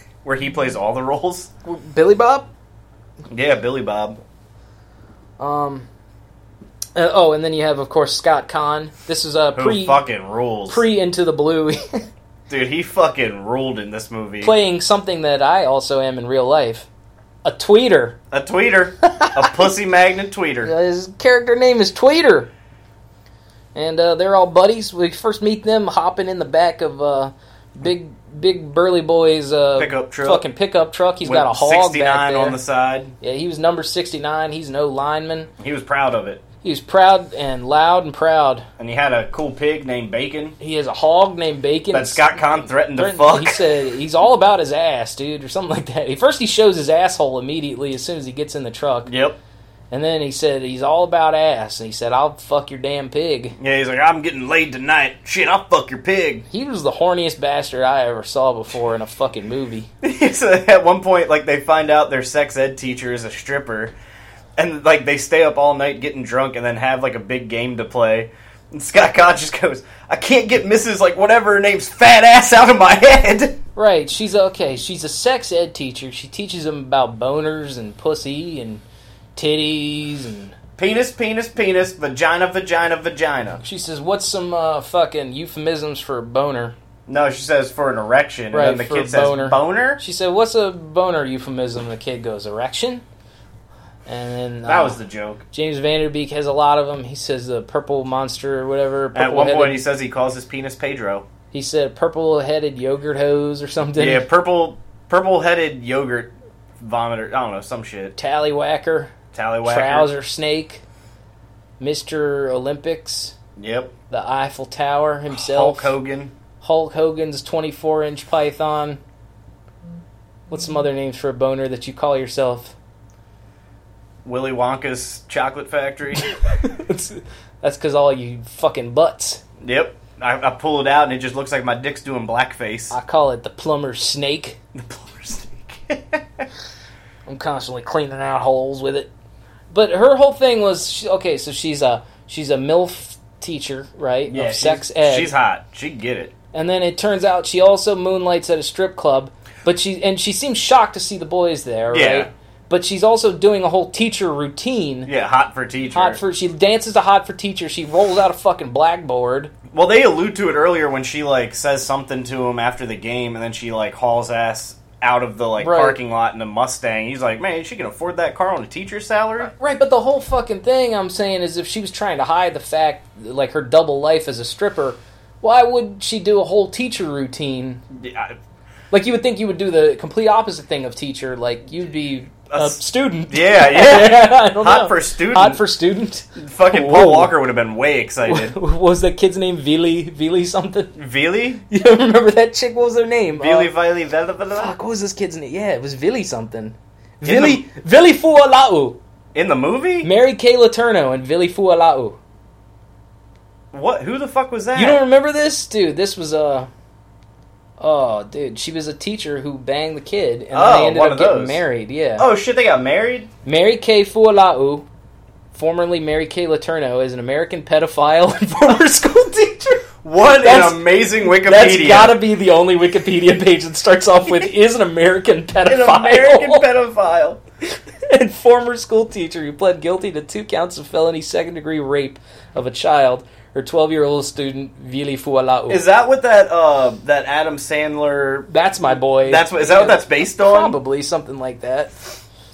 [LAUGHS] where he plays all the roles.
Billy Bob.
Yeah, Billy Bob.
Um. uh, oh, and then you have, of course, Scott Kahn. This is a uh,
Who
pre
fucking rules?
pre Into the Blue, [LAUGHS]
Dude, he fucking ruled in this movie.
playing something that I also am in real life, a tweeter.
a tweeter,
[LAUGHS]
a pussy magnet tweeter.
Uh, His character name is Tweeter. And uh, they're all buddies. We first meet them hopping in the back of uh, big big burly boy's uh,
Pickup truck.
fucking pickup truck. He's
With
got a hog back
69
there.
on the side.
yeah, he was number sixty nine. He's no lineman.
He was proud of it,
He was proud and loud and proud.
and he had a cool pig named Bacon
He has a hog named Bacon.
that Scott Conn threatened to
Threatened-
fuck.
He said he's all about his ass, dude, or something like that. He First, he shows his asshole immediately as soon as he gets in the truck,
[LAUGHS] "Yep,
and then he said he's all about ass, and he said, "I'll fuck your damn pig."
yeah." He's like, "I'm getting laid tonight. Shit, I'll fuck your pig."
He was the horniest bastard I ever saw before in a fucking movie.
[LAUGHS] so at one point, like they find out their sex ed teacher is a stripper, and like they stay up all night getting drunk, and then have like a big game to play. And Scott Conn just goes, "I can't get Mrs. like whatever her name's fat ass out of my head." [LAUGHS]
Right, she's okay. She's a sex ed teacher. She teaches them about boners and pussy and titties and
Penis, penis, penis, vagina, vagina, vagina.
she says, "What's some uh, fucking euphemisms for a boner?"
No, she says for an erection,
Right,
and then
for
the
a
kid says
boner.
boner.
She said, "What's a boner euphemism?" And the kid goes, "Erection." And then
That
uh,
was the joke.
James Vanderbeek has a lot of them. He says the purple monster or whatever.
At
Purple
one point, he
headed-
says he calls his penis Pedro.
he said purple headed yogurt hose or something.
yeah, purple, purple-headed yogurt vomiter. I don't know, some shit.
Tallywhacker,
Tallywhacker.
trouser snake. Mr. Olympics,
Yep.
the Eiffel Tower himself,
Hulk Hogan.
Hulk Hogan's 24 inch python. What's some other names for a boner that you call
[LAUGHS]
yourself?
Willy Wonka's chocolate factory. [LAUGHS]
That's because all you fucking butts.
yep. I, I pull it out and it just looks like my dick's doing blackface.
I call it the plumber's snake.
The plumber's [LAUGHS] dick.
I'm constantly cleaning out holes with it. But her whole thing was she, okay. So she's a she's a milf teacher, right? of
she's-
sex ed.
She's hot. She get it.
and then it turns out she also moonlights at a strip club. But she and she seems shocked to see the boys there,
Yeah.
right? But she's also doing a whole teacher routine.
Yeah, hot for teacher.
Hot for she dances to hot for teacher. She rolls out a fucking blackboard.
Well, they allude to it earlier when she like says something to him after the game, and then she like hauls ass out of the like
Right.
parking lot in a Mustang. He's like, "Man, she can afford that car on a teacher's salary."
Right, but the whole fucking thing I'm saying is if she was trying to hide the fact, like her double life as a stripper, why would she do a whole teacher routine?
Yeah,
Like you would think you would do the complete opposite thing of teacher. Like you'd be
A
a,
s-
student.
[LAUGHS] yeah. yeah.
[LAUGHS] I don't
Hot
know.
for student.
Hot for student.
Fucking Paul
Whoa.
Walker would have been way
[LAUGHS]
excited.
What was that kid's name Vili Vili something? [LAUGHS]
Vili,
You don't remember that chick? What was her name?
Vili,
Uh,
Vili, Vili, Vili.
fuck, what was this kid's name? Yeah, it was Vili something.
In
Vili Vili Fualau.
In the movie,
Mary Kay Letourneau and Vili Fualau.
what? Who the fuck was that?
You don't remember this, dude? This was Uh, oh, dude, she was a teacher who banged the kid, and
Oh,
they ended
one
up
of
getting
those.
married. Yeah.
oh shit, they got married.
Mary Kay Fualau, formerly Mary Kay Letourneau, is an American pedophile [LAUGHS] and former school teacher.
What
That's-
an amazing Wikipedia!
That's gotta be the only Wikipedia page that starts off with is an
[LAUGHS]
American
an
pedophile
American pedophile.
[LAUGHS] and former school teacher who pled guilty to two counts of felony second degree rape of a child, her 12 year old student, Vili Fualau.
Is that what that uh that Adam Sandler
that's my boy.
That's what is that what that's based on?
Probably something like that.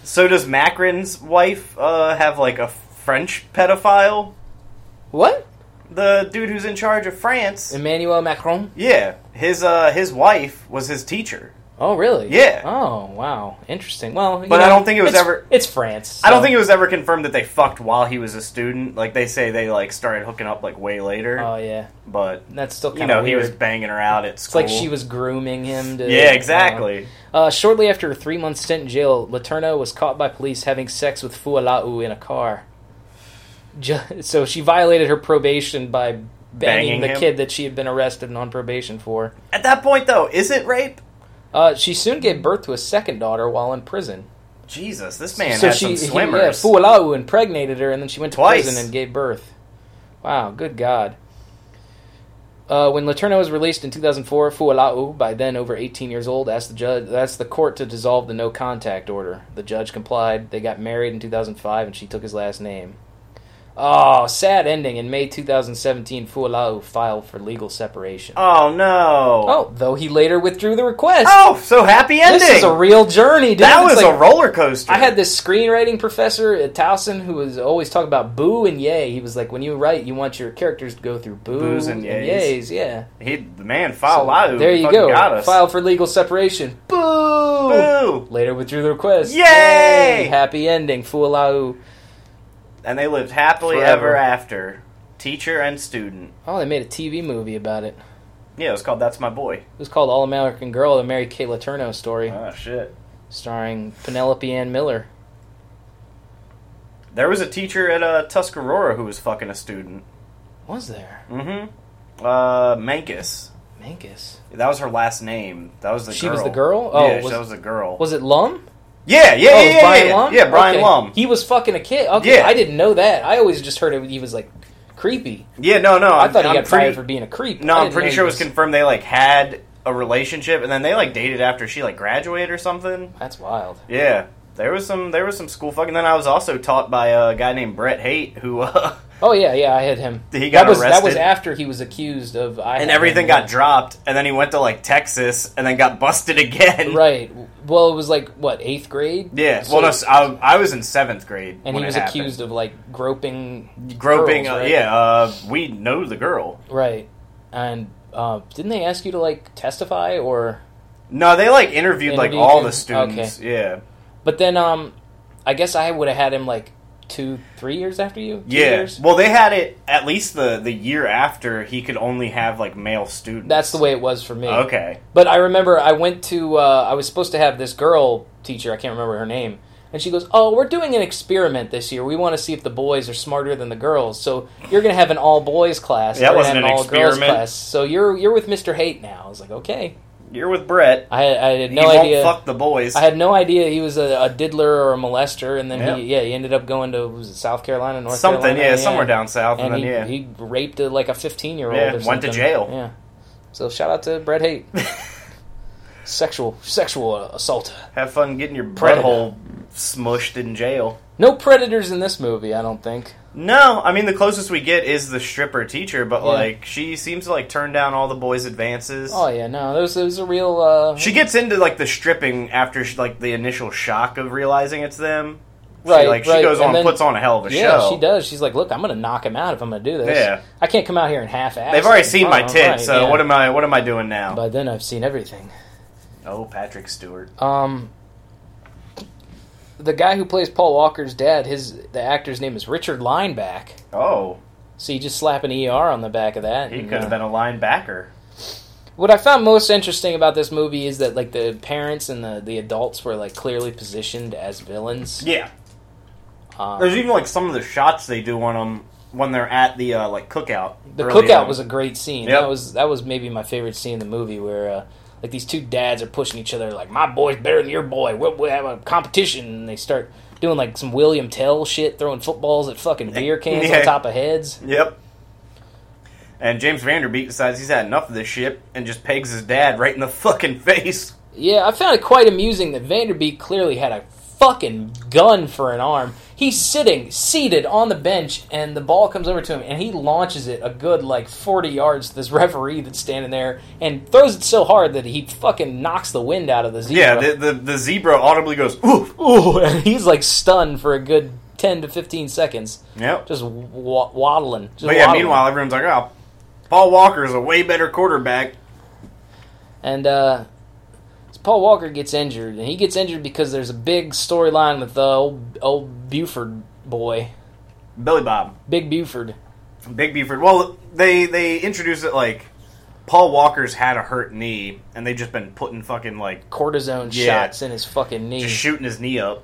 So does Macron's wife uh, have like a French pedophile?
What?
The dude who's in charge of France.
Emmanuel Macron?
Yeah, his uh, his wife was his teacher.
Oh, really?
Yeah.
Oh, wow. Interesting. Well, you
But I
know,
don't think it was
it's-
ever-
It's France.
I don't
so-
think it was ever confirmed that they fucked while he was a student. Like they say they like started hooking up like way later,
Oh yeah,
but
that's still kind
you
of
know
weird.
he was banging her out at
It's
school.
like she was grooming him. To,
Yeah, exactly.
Uh, uh, shortly after a three-month stint in jail, Letourneau was caught by police having sex with Fualau in a car. Ju- [LAUGHS] So she violated her probation by banging,
Banging
the
him?
kid that she had been arrested and on probation for.
At that point though, is it rape?
Uh, she soon gave birth to a second daughter while in prison.
Jesus, this man
so
has
she,
some
he-
swimmers.
yeah, Fualau impregnated her, and then she went to
Twice.
prison and gave birth. Wow, good God. Uh, when Letourneau was released in 2004, Fualau, by then over 18 years old, asked the judge, asked the court to dissolve the no contact order. The judge complied. They got married in 2005, and she took his last name. Oh, sad ending. In May 2017, Fualau filed for legal separation.
oh no!
oh, though he later withdrew the request.
Oh, so happy ending.
this is a real journey, dude.
that
It's
was
like-
a roller coaster.
I had this screenwriting professor at Towson who was always talking about boo and yay. He was like, when you write, you want your characters to go through boo
Boos and yays.
yays. Yeah.
He, the man, file out.
there you go.
Got us.
File for legal separation. Boo!
Boo!
Later withdrew the request.
Yay!
Happy ending. Fualau.
And they lived happily
Forever.
ever after, teacher and student.
Oh, they made a TV movie about it.
Yeah, it was called "That's My Boy."
It was called All American Girl, the Mary Kay Letourneau story,
Oh shit!
starring Penelope Ann Miller.
There was a teacher at uh, Tuscarora who was fucking a student.
Was there?
Mm-hmm. Uh, Mankus.
Mangus.
That was her last name. That was the
She
girl.
was the girl? Oh,
yeah,
was-
that was the girl.
Was it Lum?
yeah, yeah,
Oh,
yeah, yeah,
Brian
yeah.
Lum?
Yeah, Brian
Okay.
Lum.
He was fucking a kid. Okay,
Yeah.
I didn't know that. I always just heard it, he was like creepy.
Yeah, no, no.
I
I'm-
thought he
I'm
got
pretty,
fired for being a creep.
No,
I
I'm
didn't
pretty
know
sure
he
it was confirmed they like had a relationship, and then they like dated after she like graduated or something.
That's wild.
Yeah, there was some there was some school fucking. Then I was also taught by a guy named Brett Haight,
[LAUGHS]
who uh,
Oh yeah, yeah, I had him.
He got
that was, That was
arrested.
after he was accused of. I had
and everything
him,
got
yeah.
dropped, and then he went to like Texas, and then got busted [LAUGHS] again.
Right. Well, it was like what eighth grade.
Yeah.
So-
well, no, s- I, I was in seventh grade,
and
when
he was
it happened.
accused of like groping,
groping.
girls,
uh,
right?
Yeah, uh, we know the girl.
right. And uh, didn't they ask you to like testify or?
No, they like interviewed like
Interviewed
all
him?
the students. Yeah,
But then, um, I guess I would have had him like two, three years after you. Two
yeah.
years?
Well, they had it at least the the year after he could only have like male students.
that's the way it was for me.
Okay.
But I remember I went to, uh, I was supposed to have this girl teacher, I can't remember her name, and she goes, Oh, we're doing an experiment this year. We want to see if the boys are smarter than the girls. So you're going to have an all boys class.
That
We're
wasn't
gonna have
an
all-girls
experiment.
So you're you're with Mr. Hate now. I was like, Okay.
You're with Brett.
I, I had
he
no
won't
idea.
fuck the boys.
I had no idea he was a, a diddler or a molester, and then
Yeah.
he, yeah, he ended up going to was it South Carolina, North
something,
Carolina,
yeah, somewhere down south, and,
and he,
then
he raped a, like a 15 year old.
Yeah,
or
went to
something.
jail.
Yeah. So shout out to Brett
[LAUGHS]
Haight.
yeah.
sexual sexual assault.
have fun getting your
Predator.
butthole smushed in jail.
No predators in this movie, I don't think.
No, I mean the closest we get is the stripper teacher, but
Yeah.
like she seems to like turn down all the boys' advances.
Oh yeah, no, there was, there was a real. Uh,
She gets into like the stripping after she, like the initial shock of realizing it's them.
Right,
she, like
right,
she goes
and
on,
then-
puts on a hell of a
yeah,
show.
she does. She's like, look, I'm gonna knock him out if I'm gonna do this.
Yeah.
I can't come out here and half ass.
They've already seen my tits,
right,
so
yeah.
what am I? What am I doing now?
By then, I've seen everything.
oh, Patrick Stewart.
Um, the guy who plays Paul Walker's dad, his the actor's name is Richard Lineback.
Oh,
So you just slap an ER on the back of that.
he
and,
could
uh,
have been a linebacker.
What I found most interesting about this movie is that like the parents and the, the adults were like clearly positioned as villains.
Yeah,
Um,
there's even like some of the shots they do on them when they're at the uh, like cookout.
the
early
cookout
on.
was a great scene.
Yep.
That was that was maybe my favorite scene in the movie where uh, like these two dads are pushing each other like my boy's better than your boy. We'll, we'll have a competition and they start doing like some William Tell shit, throwing footballs at fucking beer cans
[LAUGHS] Yeah.
on top of heads.
Yep. And James Vanderbeek decides he's had enough of this shit and just pegs his dad right in the [LAUGHS] fucking face.
Yeah, I found it quite amusing that Vanderbeek clearly had a fucking gun for an arm. He's sitting, seated on the bench, and the ball comes over to him, and he launches it a good like forty yards to this [LAUGHS] referee that's standing there, and throws it so hard that he fucking knocks the wind out of the zebra.
Yeah, the, the the zebra audibly goes oof.
Ooh, [LAUGHS] and he's like stunned for a good ten to fifteen seconds,
Yep.
just wa- waddling. Just
But yeah,
waddling.
meanwhile everyone's like, "Oh, Paul Walker is a way better quarterback."
And uh, Paul Walker gets injured, and he gets injured because there's a big storyline with the old, old Buford boy,
Billy Bob,
Big Buford.
Big Buford. Well, they they introduced it like Paul Walker's had a hurt knee, and they've just been putting fucking like
Cortisone
Yeah.
shots in his fucking knee,
just shooting his knee up,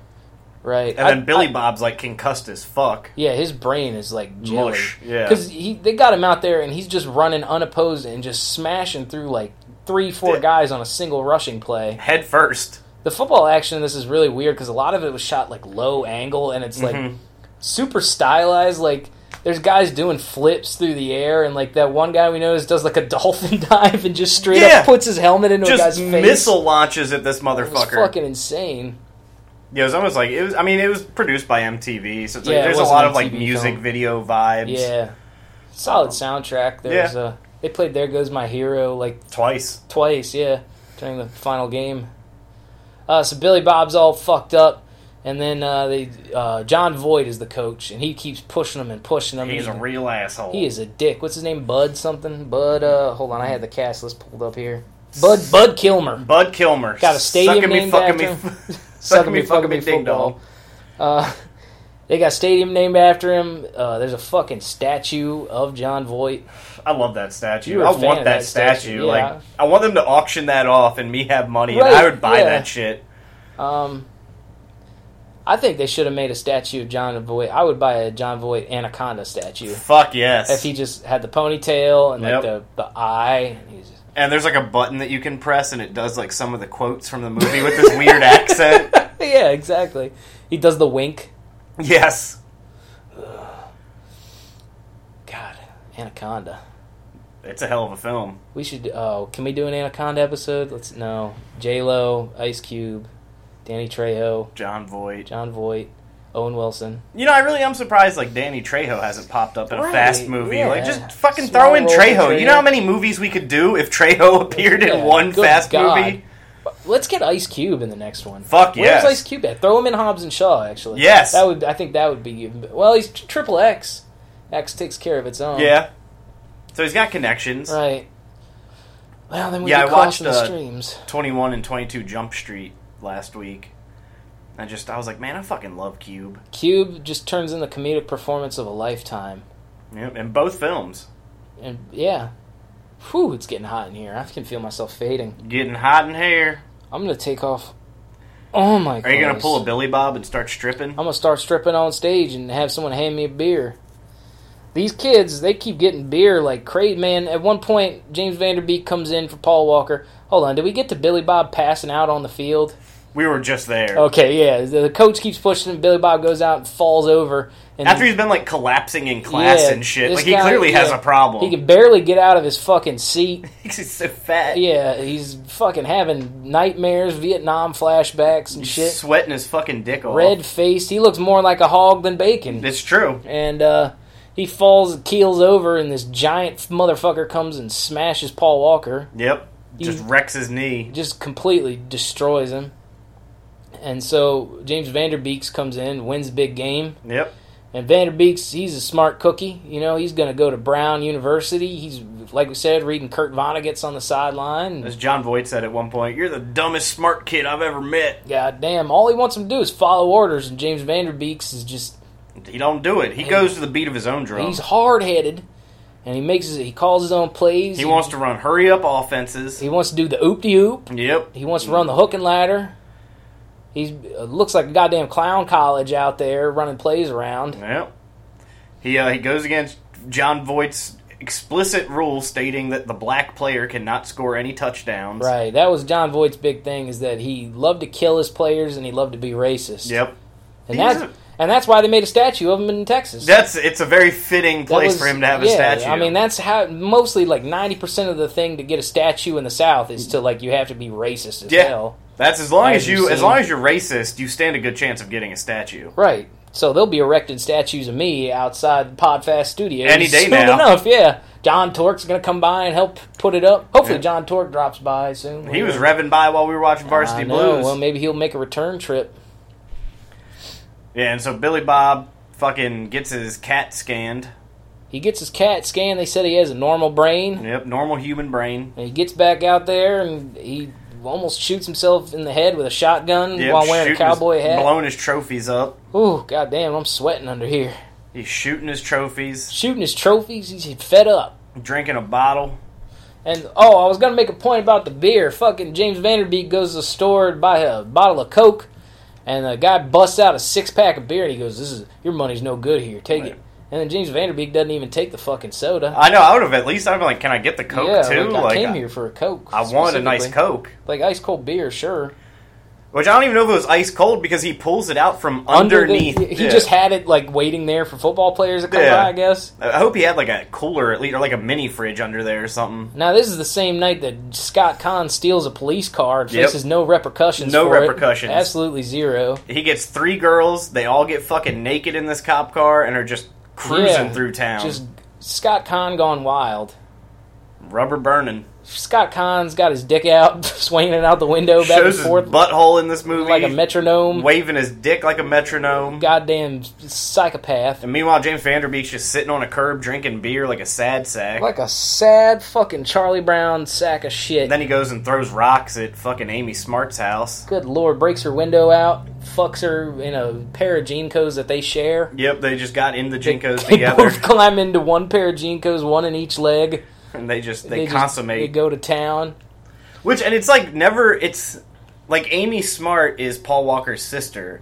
right?
and
Mm. I-
then Billy
I-
Bob's like concussed as fuck.
yeah, his brain is like jelly.
Mush, yeah.
because he they got him out there, and he's just running unopposed and just smashing through like three, four
Yeah.
guys on a single rushing play.
Head first.
The football action in this is really weird because a lot of it was shot like low angle, and it's like
Mhm.
super stylized. Like there's guys doing flips through the air, and like that one guy we noticed does like a dolphin [LAUGHS] dive and just straight
Yeah.
up puts his helmet into a guy's
Just
face.
missile launches at this
It was
motherfucker.
fucking insane.
Yeah, it was almost like it was. I mean, it was produced by MTV, so it's like,
Yeah, it
there's a
was
lot
an
of like
MTV
music
film.
video vibes.
Yeah, solid soundtrack. There
Yeah.
was uh, they played "There Goes My Hero" like
twice.
twice, yeah, during the final game. Uh, so Billy Bob's all fucked up, and then uh, they uh, John Voight is the coach, and he keeps pushing him and pushing him.
He's a
and he,
real asshole.
he is a dick. What's his name? Bud something. Bud. Uh, hold on, I had the cast list pulled up here. Bud. Bud Kilmer.
Bud Kilmer.
Got a stadium
sucking me,
named
fucking [LAUGHS]
after
me, sucking me, fucking me, ding
football.
dong.
Uh, [LAUGHS] they got a stadium named after him. Uh, there's a fucking statue of John Voight.
I love that statue.
You were a
I
fan
want
of
that,
that
statue.
statue, yeah.
Like, I want them to auction that off and me have money,
Right,
and I would buy
yeah.
that shit.
Um, I think they should have made a statue of John Voight. I would buy a John Voight anaconda statue.
Fuck yes.
if he just had the ponytail and
Yep.
like the, the eye. And he's just, [LAUGHS]
and there's like a button that you can press, and it does like some of the quotes from the movie with
[LAUGHS]
this weird accent.
yeah, exactly. He does the wink.
Yes.
God, Anaconda.
It's a hell of a film.
We should. Oh, can we do an Anaconda episode? Let's no. J Lo, Ice Cube, Danny Trejo,
John Voight.
John Voight, Owen Wilson.
You know, I really am surprised like Danny Trejo hasn't popped up in a
Right,
fast movie.
yeah.
Like just fucking
Small
throw in
role for
Trejo. You know how
Trejo.
many movies we could do if Trejo [LAUGHS] appeared
Yeah,
in one
good
fast
God.
movie?
Let's get Ice Cube in the next one.
Fuck
Where's
yes.
Ice Cube at? Throw him in Hobbs and Shaw. Actually,
Yes.
That would. I think that would be. Well, he's triple X. X takes care of its own.
Yeah. So he's got connections.
Right. Well, then we
Yeah,
yeah,
I
crossing
watched,
the
uh,
streams.
21 and 22 Jump Street last week. I just I was like, man, I fucking love Cube.
Cube just turns in the comedic performance of a lifetime.
Yep, in both films.
And yeah. Whew, it's getting hot in here. I can feel myself fading.
Getting hot in here.
I'm gonna take off all my
Are you gonna
clothes.
pull a Billy Bob and start stripping?
I'm gonna start stripping on stage and have someone hand me a beer. These kids, they keep getting beer like crazy, man. At one point, James Vanderbeek comes in for Paul Walker. Hold on, did we get to Billy Bob passing out on the field?
We were just there.
Okay, yeah. The the coach keeps pushing him. Billy Bob goes out and falls over. And
After he's been like collapsing in class
Yeah,
and shit,
this
like he
guy-
clearly has
yeah.
a problem.
he can barely get out of his fucking seat.
[LAUGHS] he's so fat.
Yeah, he's fucking having nightmares, Vietnam flashbacks, and
He's
shit.
sweating his fucking dick off.
Red faced. He looks more like a hog than bacon.
It's true.
and uh, he falls, keels over, and this giant motherfucker comes and smashes Paul Walker,
Yep. Just
He-
wrecks his knee.
just completely destroys him. And so James Vanderbeeks comes in, wins big game,
Yep.
and Vanderbeeks he's a smart cookie. You know he's going to go to Brown University. He's like we said, reading Kurt Vonnegut's on the sideline.
As John Voight said at one point, you're the dumbest smart kid I've ever met.
God damn, all he wants him to do is follow orders, and James Vanderbeeks is just
He don't do it. He goes to the beat of his own drum.
he's hard headed, and he makes his, he calls his own plays.
He wants to run hurry up offenses.
he wants to do the oop de oop.
Yep.
He wants to run the hook and ladder. He uh, looks like a goddamn clown college out there running plays around.
Yep. He uh, he goes against John Voight's explicit rule stating that the black player cannot score any touchdowns.
Right, that was John Voight's big thing is that he loved to kill his players and he loved to be racist.
Yep.
and
He's
that's
a-
and that's why they made a statue of him in Texas.
That's it's a very fitting
That
place
was-
for him to have
yeah,
a statue.
I mean, that's how mostly like ninety percent of the thing to get a statue in the South is to like you have to be racist as
Yeah.
hell.
that's as long
as
as
you've
you as
seen.
long as you're racist, you stand a good chance of getting a statue.
Right. So they'll be erecting statues of me outside Podfast Studios
Any day
[LAUGHS] soon
now.
enough. Yeah, John Torque's gonna come by and help put it up. Hopefully,
Yeah.
John Torque drops by soon.
He was revving by while we were watching Varsity
I know.
Blues.
Well, maybe he'll make a return trip.
yeah, and so Billy Bob fucking gets his cat scanned.
He gets his CAT scan. They said he has a normal brain,
Yep, normal human brain.
and he gets back out there and he almost shoots himself in the head with a shotgun
Yep,
while wearing a
shooting his-
cowboy hat.
blowing his trophies up.
Ooh, goddamn! I'm sweating under here.
He's shooting his trophies,
Shooting his trophies. He's fed up.
drinking a bottle.
And oh, I was gonna make a point about the beer. Fucking James Vanderbeek goes to the store to buy a bottle of Coke, and the guy busts out a six pack of beer, and he goes, "This is your money's no good here. Take it."
Right.
And then James Vanderbeek doesn't even take the fucking soda.
I know. I would have at least. I'd be like, can I get the coke
yeah,
too?
like, I
Like,
came
I-
here for a Coke.
I want a nice
specifically.
coke,
like ice cold beer, sure.
which I don't even know if it was ice cold because he pulls it out from
Under the-
underneath.
he
Yeah.
just had it like waiting there for football players to come
Yeah.
by, I guess.
I hope he had like a cooler at least, or like a mini fridge under there or something.
Now this is the same night that Scott Kahn steals a police car and
Yep.
faces no repercussions.
No
for it.
repercussions.
Absolutely zero.
He gets three girls. They all get fucking naked in this cop car and are just cruising
Yeah,
through town,
Just Scott Kahn gone wild.
rubber burning.
Scott Kahn's got his dick out, [LAUGHS] swinging it out the window back
Shows
and
his
forth
butthole in this movie,
like a metronome.
waving his dick like a metronome.
Goddamn psychopath.
And meanwhile, James Vanderbeek's just sitting on a curb drinking beer like a sad sack.
Like a sad fucking Charlie Brown sack of shit.
And then he goes and throws rocks at fucking Amy Smart's house.
Good lord, breaks her window out, fucks her in a pair of Jeancos that they share.
Yep, they just got in the jinkos
[LAUGHS] They
together,
both climb into one pair of Jeancos, one in each leg.
and they just they,
just- they
consummate.
go to town.
Which and it's like never. It's like Amy Smart is Paul Walker's sister,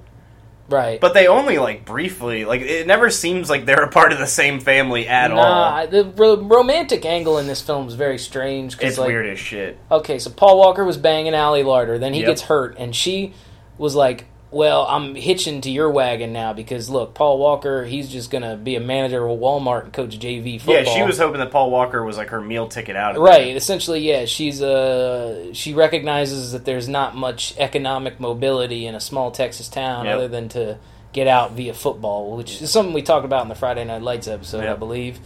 Right.
but they only like briefly. Like it never seems like they're a part of the same family at
nah,
all.
the ro- romantic angle in this film is very strange. 'cause,
It's
like,
weird as shit.
okay, so Paul Walker was banging Allie Larder, then he
Yep.
gets hurt, and she was like, "Well, I'm hitching to your wagon now because look, Paul Walker, he's just gonna be a manager of Walmart and coach JV football."
Yeah, she was hoping that Paul Walker was like her meal ticket out. Of
right. Essentially, yeah, she's uh she recognizes that there's not much economic mobility in a small Texas town
Yep.
other than to get out via football, which is something we talked about in the Friday Night Lights episode, I
Yep.
believe.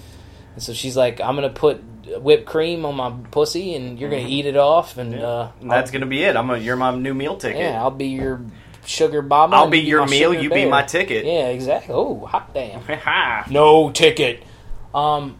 And so she's like, "I'm gonna put." Whipped cream on my pussy, and you're gonna eat it off, and uh,
Mm-hmm. And that's gonna be it. I'm a, you're my new meal ticket.
Yeah, I'll be your sugar mama.
I'll
you
be your
my
meal.
sugar
You be
bear.
my ticket.
Yeah, exactly. Oh, hot damn.
[LAUGHS] Ha
No ticket. Um,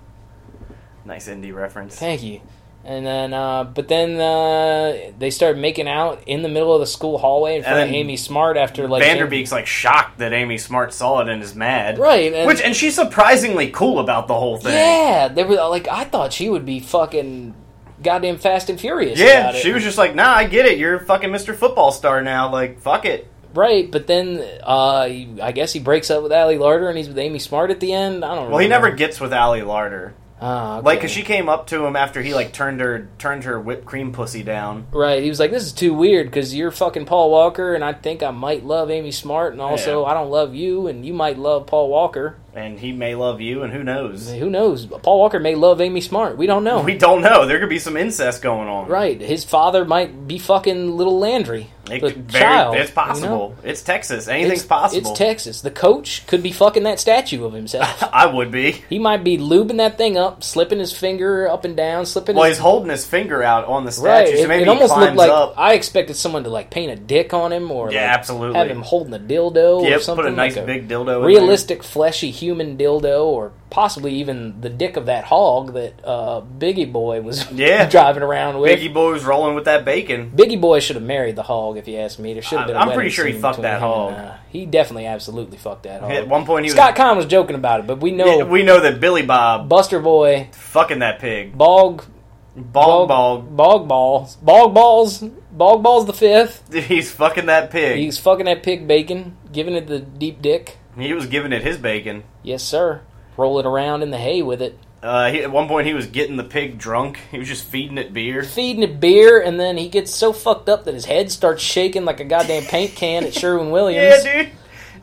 Nice indie reference.
thank you. And then, uh, but then uh, they started making out in the middle of the school hallway in front of
then
Amy Smart after like
Vanderbeek's like shocked that Amy Smart saw it and is mad.
Right, and-
Which and she's surprisingly cool about the whole thing.
Yeah, they were like, I thought she would be fucking goddamn Fast and Furious.
Yeah,
about it.
she was just like, "Nah, I get it. You're a fucking Mr. Football star now. Like, fuck it."
right. But then, uh, he- I guess he breaks up with Allie Larder and he's with Amy Smart at the end. I don't.
Well, he
remember.
never gets with Allie Larder.
Ah, okay.
Like, cause she came up to him after he like turned her turned her whipped cream pussy down.
Right, he was like, "This is too weird because you're fucking Paul Walker, and I think I might love Amy Smart, and also
Yeah.
I don't love you, and you might love Paul Walker.
And he may love you, and who knows?
Who knows? Paul Walker may love Amy Smart. We don't know.
We don't know. There could be some incest going on.
right, his father might be fucking little Landry,
It
the
could- very-
child.
It's
you know?
possible. It's Texas. Anything's
It's,
possible.
It's Texas. The coach could be fucking that statue of himself.
[LAUGHS] I would be.
he might be lubing that thing up, slipping his finger up and down, slipping.
Well,
his,
he's holding his finger out on the
right.
statue,
It,
so maybe
it almost
he
looked
climbs
like
up.
I expected someone to like paint a dick on him, or
Yeah,
like,
absolutely.
have him holding a dildo or
Yep,
something.
put a nice
like a
big dildo. in there.
realistic, fleshy human dildo, or possibly even the dick of that hog that uh, Biggie Boy was [LAUGHS]
Yeah.
driving around with.
Biggie Boy was rolling with that bacon.
Biggie Boy should have married the hog, if you ask me. There should have been. a
I'm pretty
wedding
sure he
scene
fucked
between
that
him
hog.
and, uh, he definitely, absolutely fucked that hog.
At one point, he was.
Scott Kahn was joking about it, but we know
Yeah, we know that Billy Bob
Buster Boy,
fucking that pig.
Bog,
Bog bog.
Bog Balls, Bog Balls, Bog Balls the fifth.
[LAUGHS] He's fucking that pig.
He's fucking that pig bacon, giving it the deep dick.
he was giving it his bacon.
Yes, sir. Roll it around in the hay with it.
Uh, he, at one point, he was getting the pig drunk. He was just feeding it beer.
feeding it beer, and then he gets so fucked up that his head starts shaking like a goddamn paint can at Sherwin
[LAUGHS] Yeah,
Williams.
dude.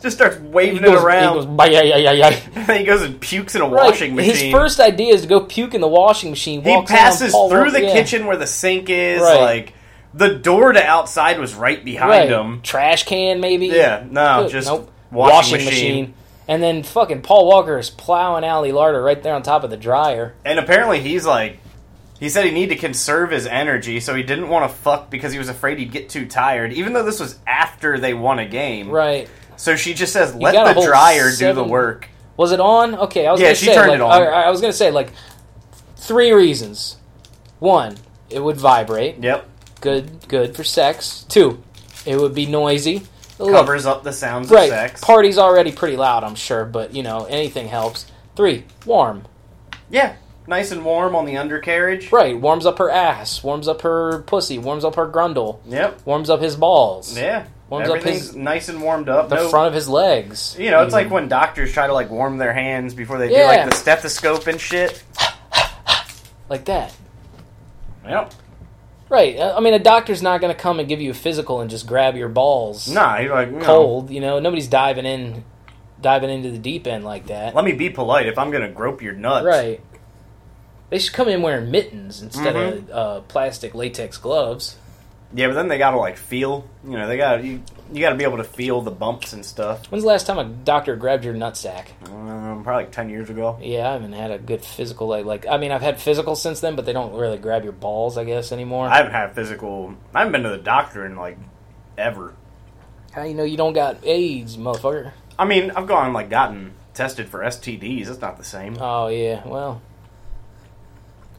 Just starts
He
waving
goes,
it around.
He goes, "Bah, yeah, yeah, yeah, yeah."
then [LAUGHS] he goes and pukes in a
Right.
washing machine.
His first idea is to go puke in the washing machine.
he
walks in on
passes
Paul
through
Walker-
the
yeah.
kitchen where the sink is.
Right.
Like the door to outside was right behind
Right.
him.
Trash can, maybe.
Yeah, no,
Good.
just
Nope.
washing, machine.
And then fucking Paul Walker is plowing Allie Larder right there on top of the dryer.
And apparently, he's like, he said he needed to conserve his energy, so he didn't want to fuck because he was afraid he'd get too tired. Even though this was after they won a game,
Right.
So she just says,
got a
"Let the
whole
dryer do
seven-
the work."
Was it on? Okay, I was
Yeah,
gonna
she
say
turned
like
it on.
I, I was gonna say like three reasons. One, it would vibrate.
Yep,
good good for sex. Two, it would be noisy. Look,
covers up the sounds
right,
of sex.
party's already pretty loud, I'm sure, but you know anything helps. Three, warm.
yeah, nice and warm on the undercarriage.
Right, warms up her ass, warms up her pussy, warms up her grundle,
Yep.
warms up his balls,
Yeah.
Warms up
Everything's
his-
nice and warmed up.
the
no,
front of his legs. Mm,
you know, it's
even.
like when doctors try to like warm their hands before they do
Yeah.
like the stethoscope and shit.
like that.
Yep.
Right. I I mean, a doctor's not going to come and give you a physical and just grab your balls
Nah, you're like you know,
cold. You know, nobody's diving in, diving into the deep end like that.
Let me be polite if I'm gonna grope your nuts.
Right. They should come in wearing mittens instead of uh, plastic latex gloves.
Yeah, but then they gotta like feel. You know, they gotta you, you gotta be able to feel the bumps and stuff.
When's the last time a doctor grabbed your nutsack?
Um, probably like ten years ago.
Yeah, I haven't had a good physical like like I mean I've had physical since then, but they don't really grab your balls, I guess, anymore.
I haven't had physical. I haven't been to the doctor in like ever.
How Uh, you know you don't got AIDS, motherfucker?
I mean, I've gone like gotten tested for STDs. That's not the same.
Oh yeah, well,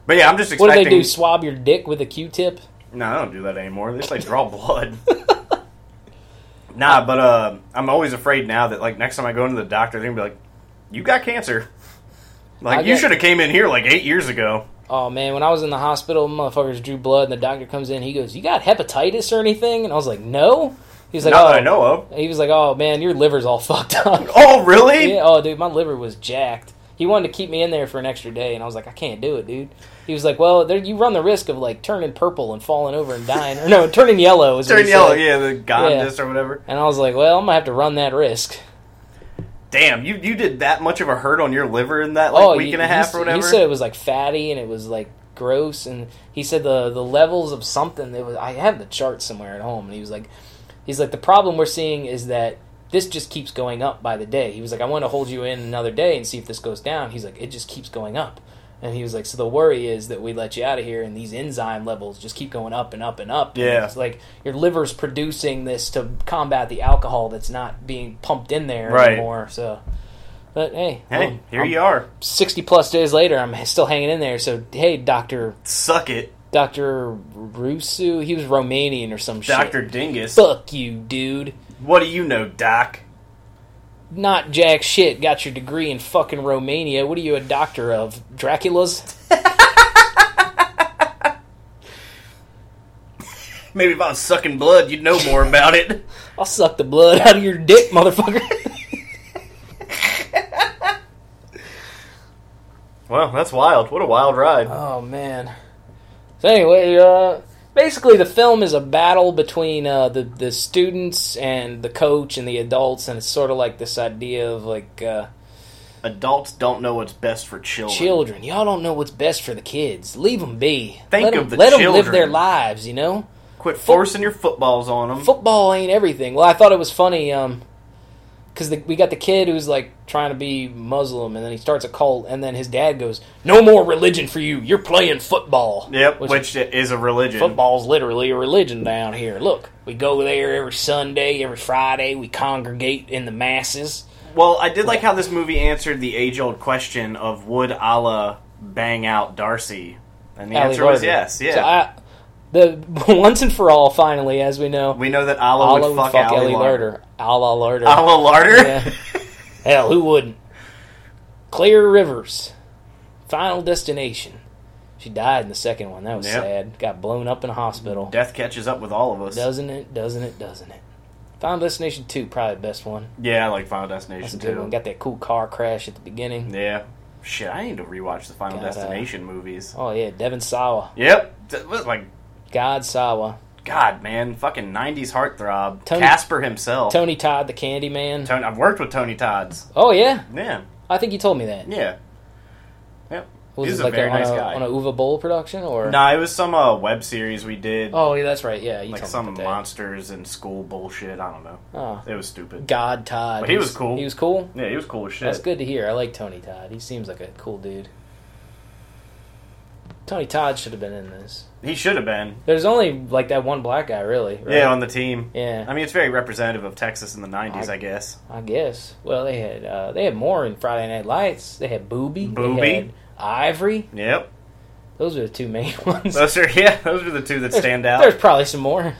But yeah, I'm just
what
expecting.
do they do? Swab your dick with a Q-tip?
No, I don't do that anymore. They just like draw blood. [LAUGHS] nah, but uh, I'm always afraid now that like next time I go into the doctor, they're gonna be like, "You got cancer." Like
I
you
get-
should have came in here like eight years ago.
Oh man, when I was in the hospital, motherfuckers drew blood, and the doctor comes in, he goes, "You got hepatitis or anything?" And I was like, "No." He's like,
not
"Oh,"
that I know of.
he was like, "Oh man, your liver's all [LAUGHS] fucked up."
[LAUGHS] Oh, really?
Yeah, oh, dude, my liver was jacked. He wanted to keep me in there for an extra day, and I was like, I can't do it, dude. He was like, Well, there, you run the risk of like turning purple and falling over and dying, or no, [LAUGHS] turning yellow. Is what
Turn
he
yellow.
said.
Yeah, the jaundice or whatever.
And I was like, Well, I'm gonna have to run that risk.
Damn, you you did that much of a hurt on your liver in that like
oh,
week
he-
and a
he
half
s-
or whatever.
He said it was like fatty and it was like gross, and he said the the levels of something that was. I have the chart somewhere at home, and he was like, he's like the problem we're seeing is that. This just keeps going up by the day. He was like, I want to hold you in another day and see if this goes down. He's like, it just keeps going up. And he was like, so the worry is that we let you out of here and these enzyme levels just keep going up and up and up. And
Yeah.
It's like your liver's producing this to combat the alcohol that's not being pumped in there
Right.
anymore. So But hey,
Hey,
well,
here
I'm-
you are.
60 plus days later, I'm still hanging in there. So, hey, Dr.
Suck it,
Dr. Rusu, he was Romanian or some
Doctor
shit.
Dingus.
Fuck you, dude.
What do you know, Doc?
Not jack shit. Got your degree in fucking Romania. What are you a doctor of? Dracula's?
Maybe if I was sucking blood, you'd know more about it. [LAUGHS]
I'll suck the blood out of your dick, motherfucker. [LAUGHS]
Well, that's wild. What a wild ride.
oh, man. So, anyway, uh, basically, the film is a battle between uh, the, the students and the coach and the adults, and it's sort of like this idea of like. Uh,
Adults don't know what's best for children.
children. Y'all don't know what's best for the kids. Leave them be.
Think
let
of
'em-
the
let 'em live
children.
their lives. You know,
Quit forcing your footballs on them.
football ain't everything. Well, I thought it was funny, um, because we got the kid who's like trying to be Muslim, and then he starts a cult, and then his dad goes, "No more religion for you. You're playing football."
yep,
Which-
which, is a religion.
Football's literally a religion down here. Look, we go there every Sunday, every Friday. We congregate in the masses.
Well, I did like how this movie answered the age-old question of would Allah bang out Darcy, and the
Ally
answer was
Gardner.
yes. Yeah,
So I, the [LAUGHS] once and for all, finally, as we know,
we know that Allah,
Allah
would fuck, Ally
Ellie
Larder.
Larder. Allah Larder.
Allah Larder.
Yeah. Hell, who wouldn't? Clear Rivers. Final Destination. She died in the second one. That was
Yep.
sad. Got blown up in a hospital.
[LAUGHS] Death catches up with all of us.
Doesn't it? Doesn't it? Doesn't it? Final Destination 2, probably the best one.
yeah, I like Final
That's a
Destination
good one.
too.
Got that cool car crash at the beginning.
Yeah, shit, I need to rewatch the Final
Got, uh,
Destination movies.
Oh, yeah. Devin Sawa.
Yep, That was like
God Sawa.
God, man, fucking '90s heartthrob
Tony-
Casper himself.
Tony Todd, the Candyman.
Tony, I've worked with Tony Todd's.
Oh, yeah.
Yeah,
I think you told me that.
yeah, yep.
Was
He's
it
a
like
very
on,
nice
a,
guy.
on a Uva Bowl production? or?
No, it was some uh, web series we did,
Oh, yeah, that's right. Yeah. You
like
told me
some
about that.
monsters and school bullshit. I don't know.
Oh.
It was stupid.
God Todd.
But he was cool.
He was cool.
Yeah, he was cool as shit.
That's good to hear. I like Tony Todd. He seems like a cool dude. Tony Todd should have been in this.
He should have been.
There's only like that one black guy, really. Right?
Yeah, on the team.
Yeah.
I mean, it's very representative of Texas in the '90s, I, guess.
I guess. Well, they had uh, they had more in Friday Night Lights. They had Booby.
Booby.
They had Ivory.
Yep.
Those are the two main [LAUGHS] ones.
Those are [LAUGHS] yeah. Those are the two that stand out.
There's probably some more.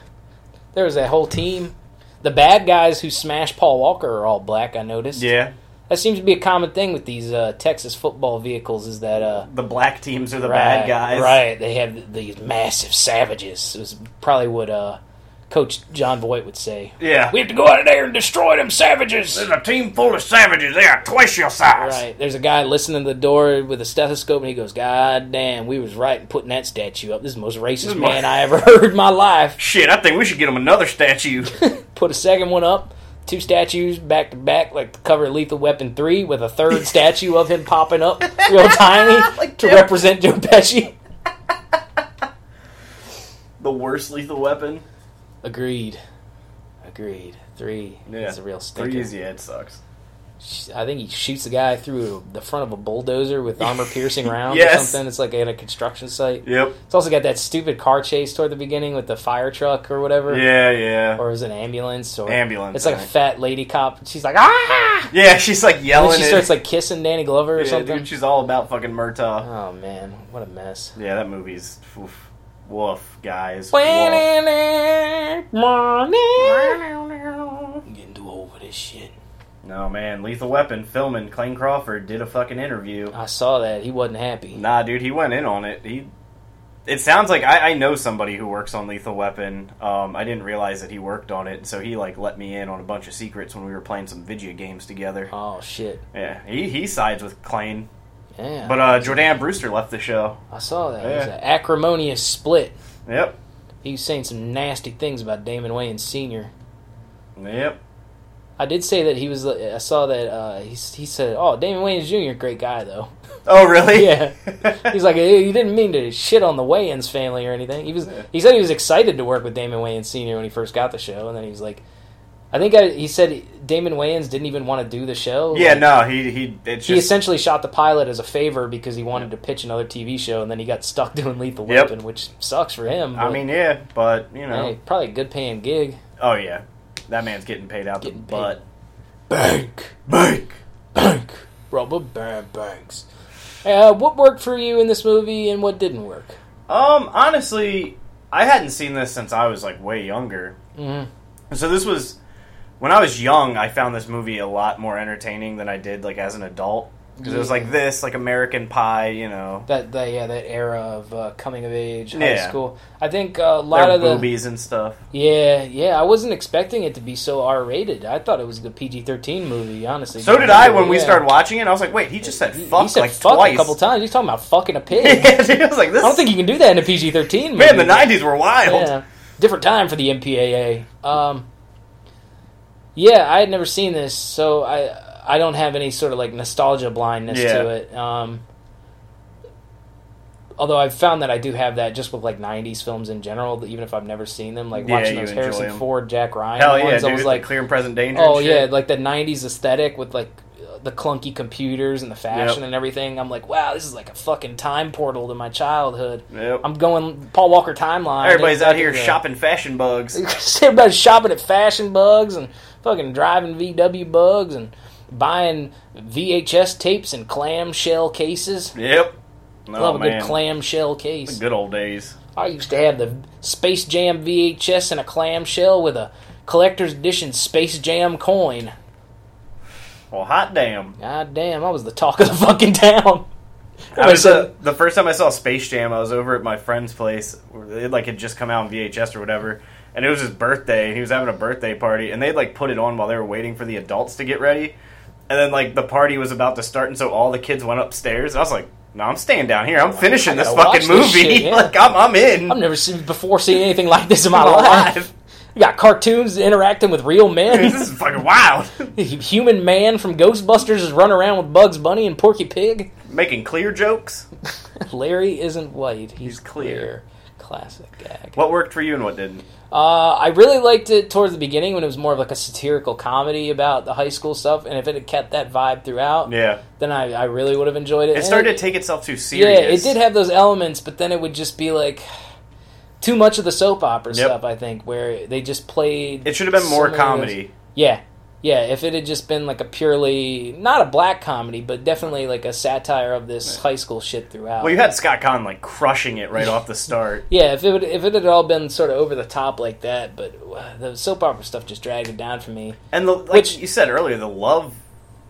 There was that whole team. The bad guys who smashed Paul Walker are all black. I noticed.
yeah.
That seems to be a common thing with these uh, Texas football vehicles. Is that uh,
The black teams are the
Right,
bad guys.
Right. They have th- these massive savages. It was probably what uh, Coach John Voight would say.
Yeah.
We have to go out of there and destroy them savages.
There's a team full of savages. They are twice your size.
Right. There's a guy listening to the door with a stethoscope, and he goes, "God damn, we was right in putting that statue up. This is the most racist
is my-
man I ever [LAUGHS] heard in my life."
Shit, I think we should get them another
[LAUGHS]
statue.
Put a second one up. Two statues back to back, like the cover of Lethal Weapon 3, with a
[LAUGHS]
third statue of him popping up real tiny
Like
to
Jim-
represent Joe Pesci.
the worst lethal weapon.
Agreed. Agreed. Three.
Yeah.
It's a real stinker.
Three is yeah, it sucks.
Sh- I think he shoots the guy through the front of a bulldozer with
[LAUGHS]
armor piercing rounds or
Yes.
something. It's like at a construction site.
Yep.
It's also got that stupid car chase toward the beginning with the fire truck or whatever.
Yeah, yeah.
Or is it an ambulance or
Ambulance.
It's like
I
a
think.
fat lady cop. She's like, ah!
Yeah, [LAUGHS] she's like
And
yelling.
then she
at-
starts like kissing Danny Glover or
yeah,
something.
Dude, she's all about fucking Murtaugh.
Oh man, what a mess.
Yeah, that movie's oof, woof, guys. Woof.
Getting too old for this shit.
No man, Lethal Weapon filming. Clayne Crawford did a fucking interview.
I saw that. He wasn't happy.
Nah, dude, he went in on it. He. It sounds like I, I know somebody who works on Lethal Weapon. Um, I didn't realize that he worked on it, so he like let me in on a bunch of secrets when we were playing some video games together.
Oh shit.
Yeah, he, he sides with Clayne,
Yeah.
but uh, Jordan Brewster left the show.
I saw that. It was
Yeah.
an acrimonious split.
Yep,
He was saying some nasty things about Damon Wayans Sr.
yep.
I did say that he was. I saw that uh, he, he said, "Oh, Damon Wayans Jr. great guy
[LAUGHS]
though."
Oh really? [LAUGHS]
Yeah. He's like, "Eh, "He didn't mean to shit on the Wayans family or anything." He was. He said he was excited to work with Damon Wayans Sr. when he first got the show, and then he was like, "I think I, he said Damon Wayans didn't even want to do the show."
yeah.
Like,
No, he he. It's
He
just
essentially shot the pilot as a favor because he wanted to pitch another TV show, and then he got stuck [LAUGHS] doing Lethal
Yep.
Weapon, which sucks for him.
I
but,
mean, yeah, but you know,
hey, probably a good paying gig.
Oh yeah, that man's getting paid out
Getting
the
paid.
butt.
Bank.
Bank.
[CLEARS THROAT] bank. Rubber band banks. Uh, what worked for you in this movie and what didn't work?
Um, honestly, I hadn't seen this since I was like way younger.
Mhm.
So this was when I was young. I found this movie a lot more entertaining than I did like as an adult because it was like this, like American Pie, you know,
That, that yeah, that era of uh, coming of age, high
Yeah.
school. I think uh, a lot
their
of the
boobies and stuff.
yeah, yeah. I wasn't expecting it to be so R rated. I thought it was a PG thirteen movie. Honestly,
So did I when we
Yeah.
started watching it. I was like, wait, he just said
He-
fuck
he said
like
fuck
twice.
a
[LAUGHS]
couple times. He's talking about fucking a pig.
yeah, dude, I was like, this.
I don't think you can do that in a PG thirteen.
man, the nineties were wild.
Yeah. Different time for the MPAA. Um, yeah, I had never seen this, so I I don't have any sort of like nostalgia blindness
Yeah.
to it. Um, although I've found that I do have that just with like '90s films in general. that Even if I've never seen them, like
Yeah,
watching
you
those
enjoy
Harrison
them.
Ford, Jack Ryan
Hell yeah,
ones,
dude!
I was
the
like,
clear and present danger. and
oh
shit.
yeah, like the '90s aesthetic with like the clunky computers and the fashion
Yep.
and everything. I'm like, wow, this is like a fucking time portal to my childhood.
Yep.
I'm going Paul Walker timeline.
Everybody's out here
Exactly.
shopping fashion bugs.
Everybody's shopping [LAUGHS] at Fashion Bugs and fucking driving VW Bugs and buying VHS tapes and clamshell cases.
Yep. Oh,
Love a
man.
good clamshell case.
Good old days.
I used to have the Space Jam VHS in a clamshell with a collector's edition Space Jam coin.
Well, hot damn.
God damn, I was the talk of the fucking town.
I was,
Everybody
uh, the first time I saw Space Jam, I was over at my friend's place. where It like had just come out on VHS or whatever, and it was his birthday. And he was having a birthday party, and they'd like put it on while they were waiting for the adults to get ready. And then like the party was about to start, and so all the kids went upstairs. And I was like, "No, I'm staying down here. I'm finishing
I
this
gotta
fucking
watch this
movie.
shit,
[LAUGHS]
yeah.
like I'm, I'm in.
I've never seen, before seen anything like this in my
[LAUGHS] I'm
[LAUGHS] life. You got cartoons interacting with real men. [LAUGHS]
[LAUGHS] this is fucking wild.
The human man from Ghostbusters is running around with Bugs Bunny and Porky Pig. [LAUGHS]
Making clear jokes.
Larry isn't white; he's,
He's clear.
Classic gag.
What worked for you and what didn't?
Uh, I really liked it towards the beginning when it was more of like a satirical comedy about the high school stuff, and if it had kept that vibe throughout,
Yeah,
then I, I really would have enjoyed it.
it
And
started to take itself too
yeah,
serious.
it did have those elements, but then it would just be like too much of the soap opera
Yep.
stuff. I think where they just played.
It should have been more
so many of those-
comedy.
Yeah. Yeah, if it had just been like a purely not a black comedy, but definitely like a satire of this high school shit throughout.
Well, you had Scott Conn like crushing it right off the start.
yeah, if it would, if it had all been sort of over the top like that, but uh, the soap opera stuff just dragged it down for me.
And the, like
Which-
you said earlier, the love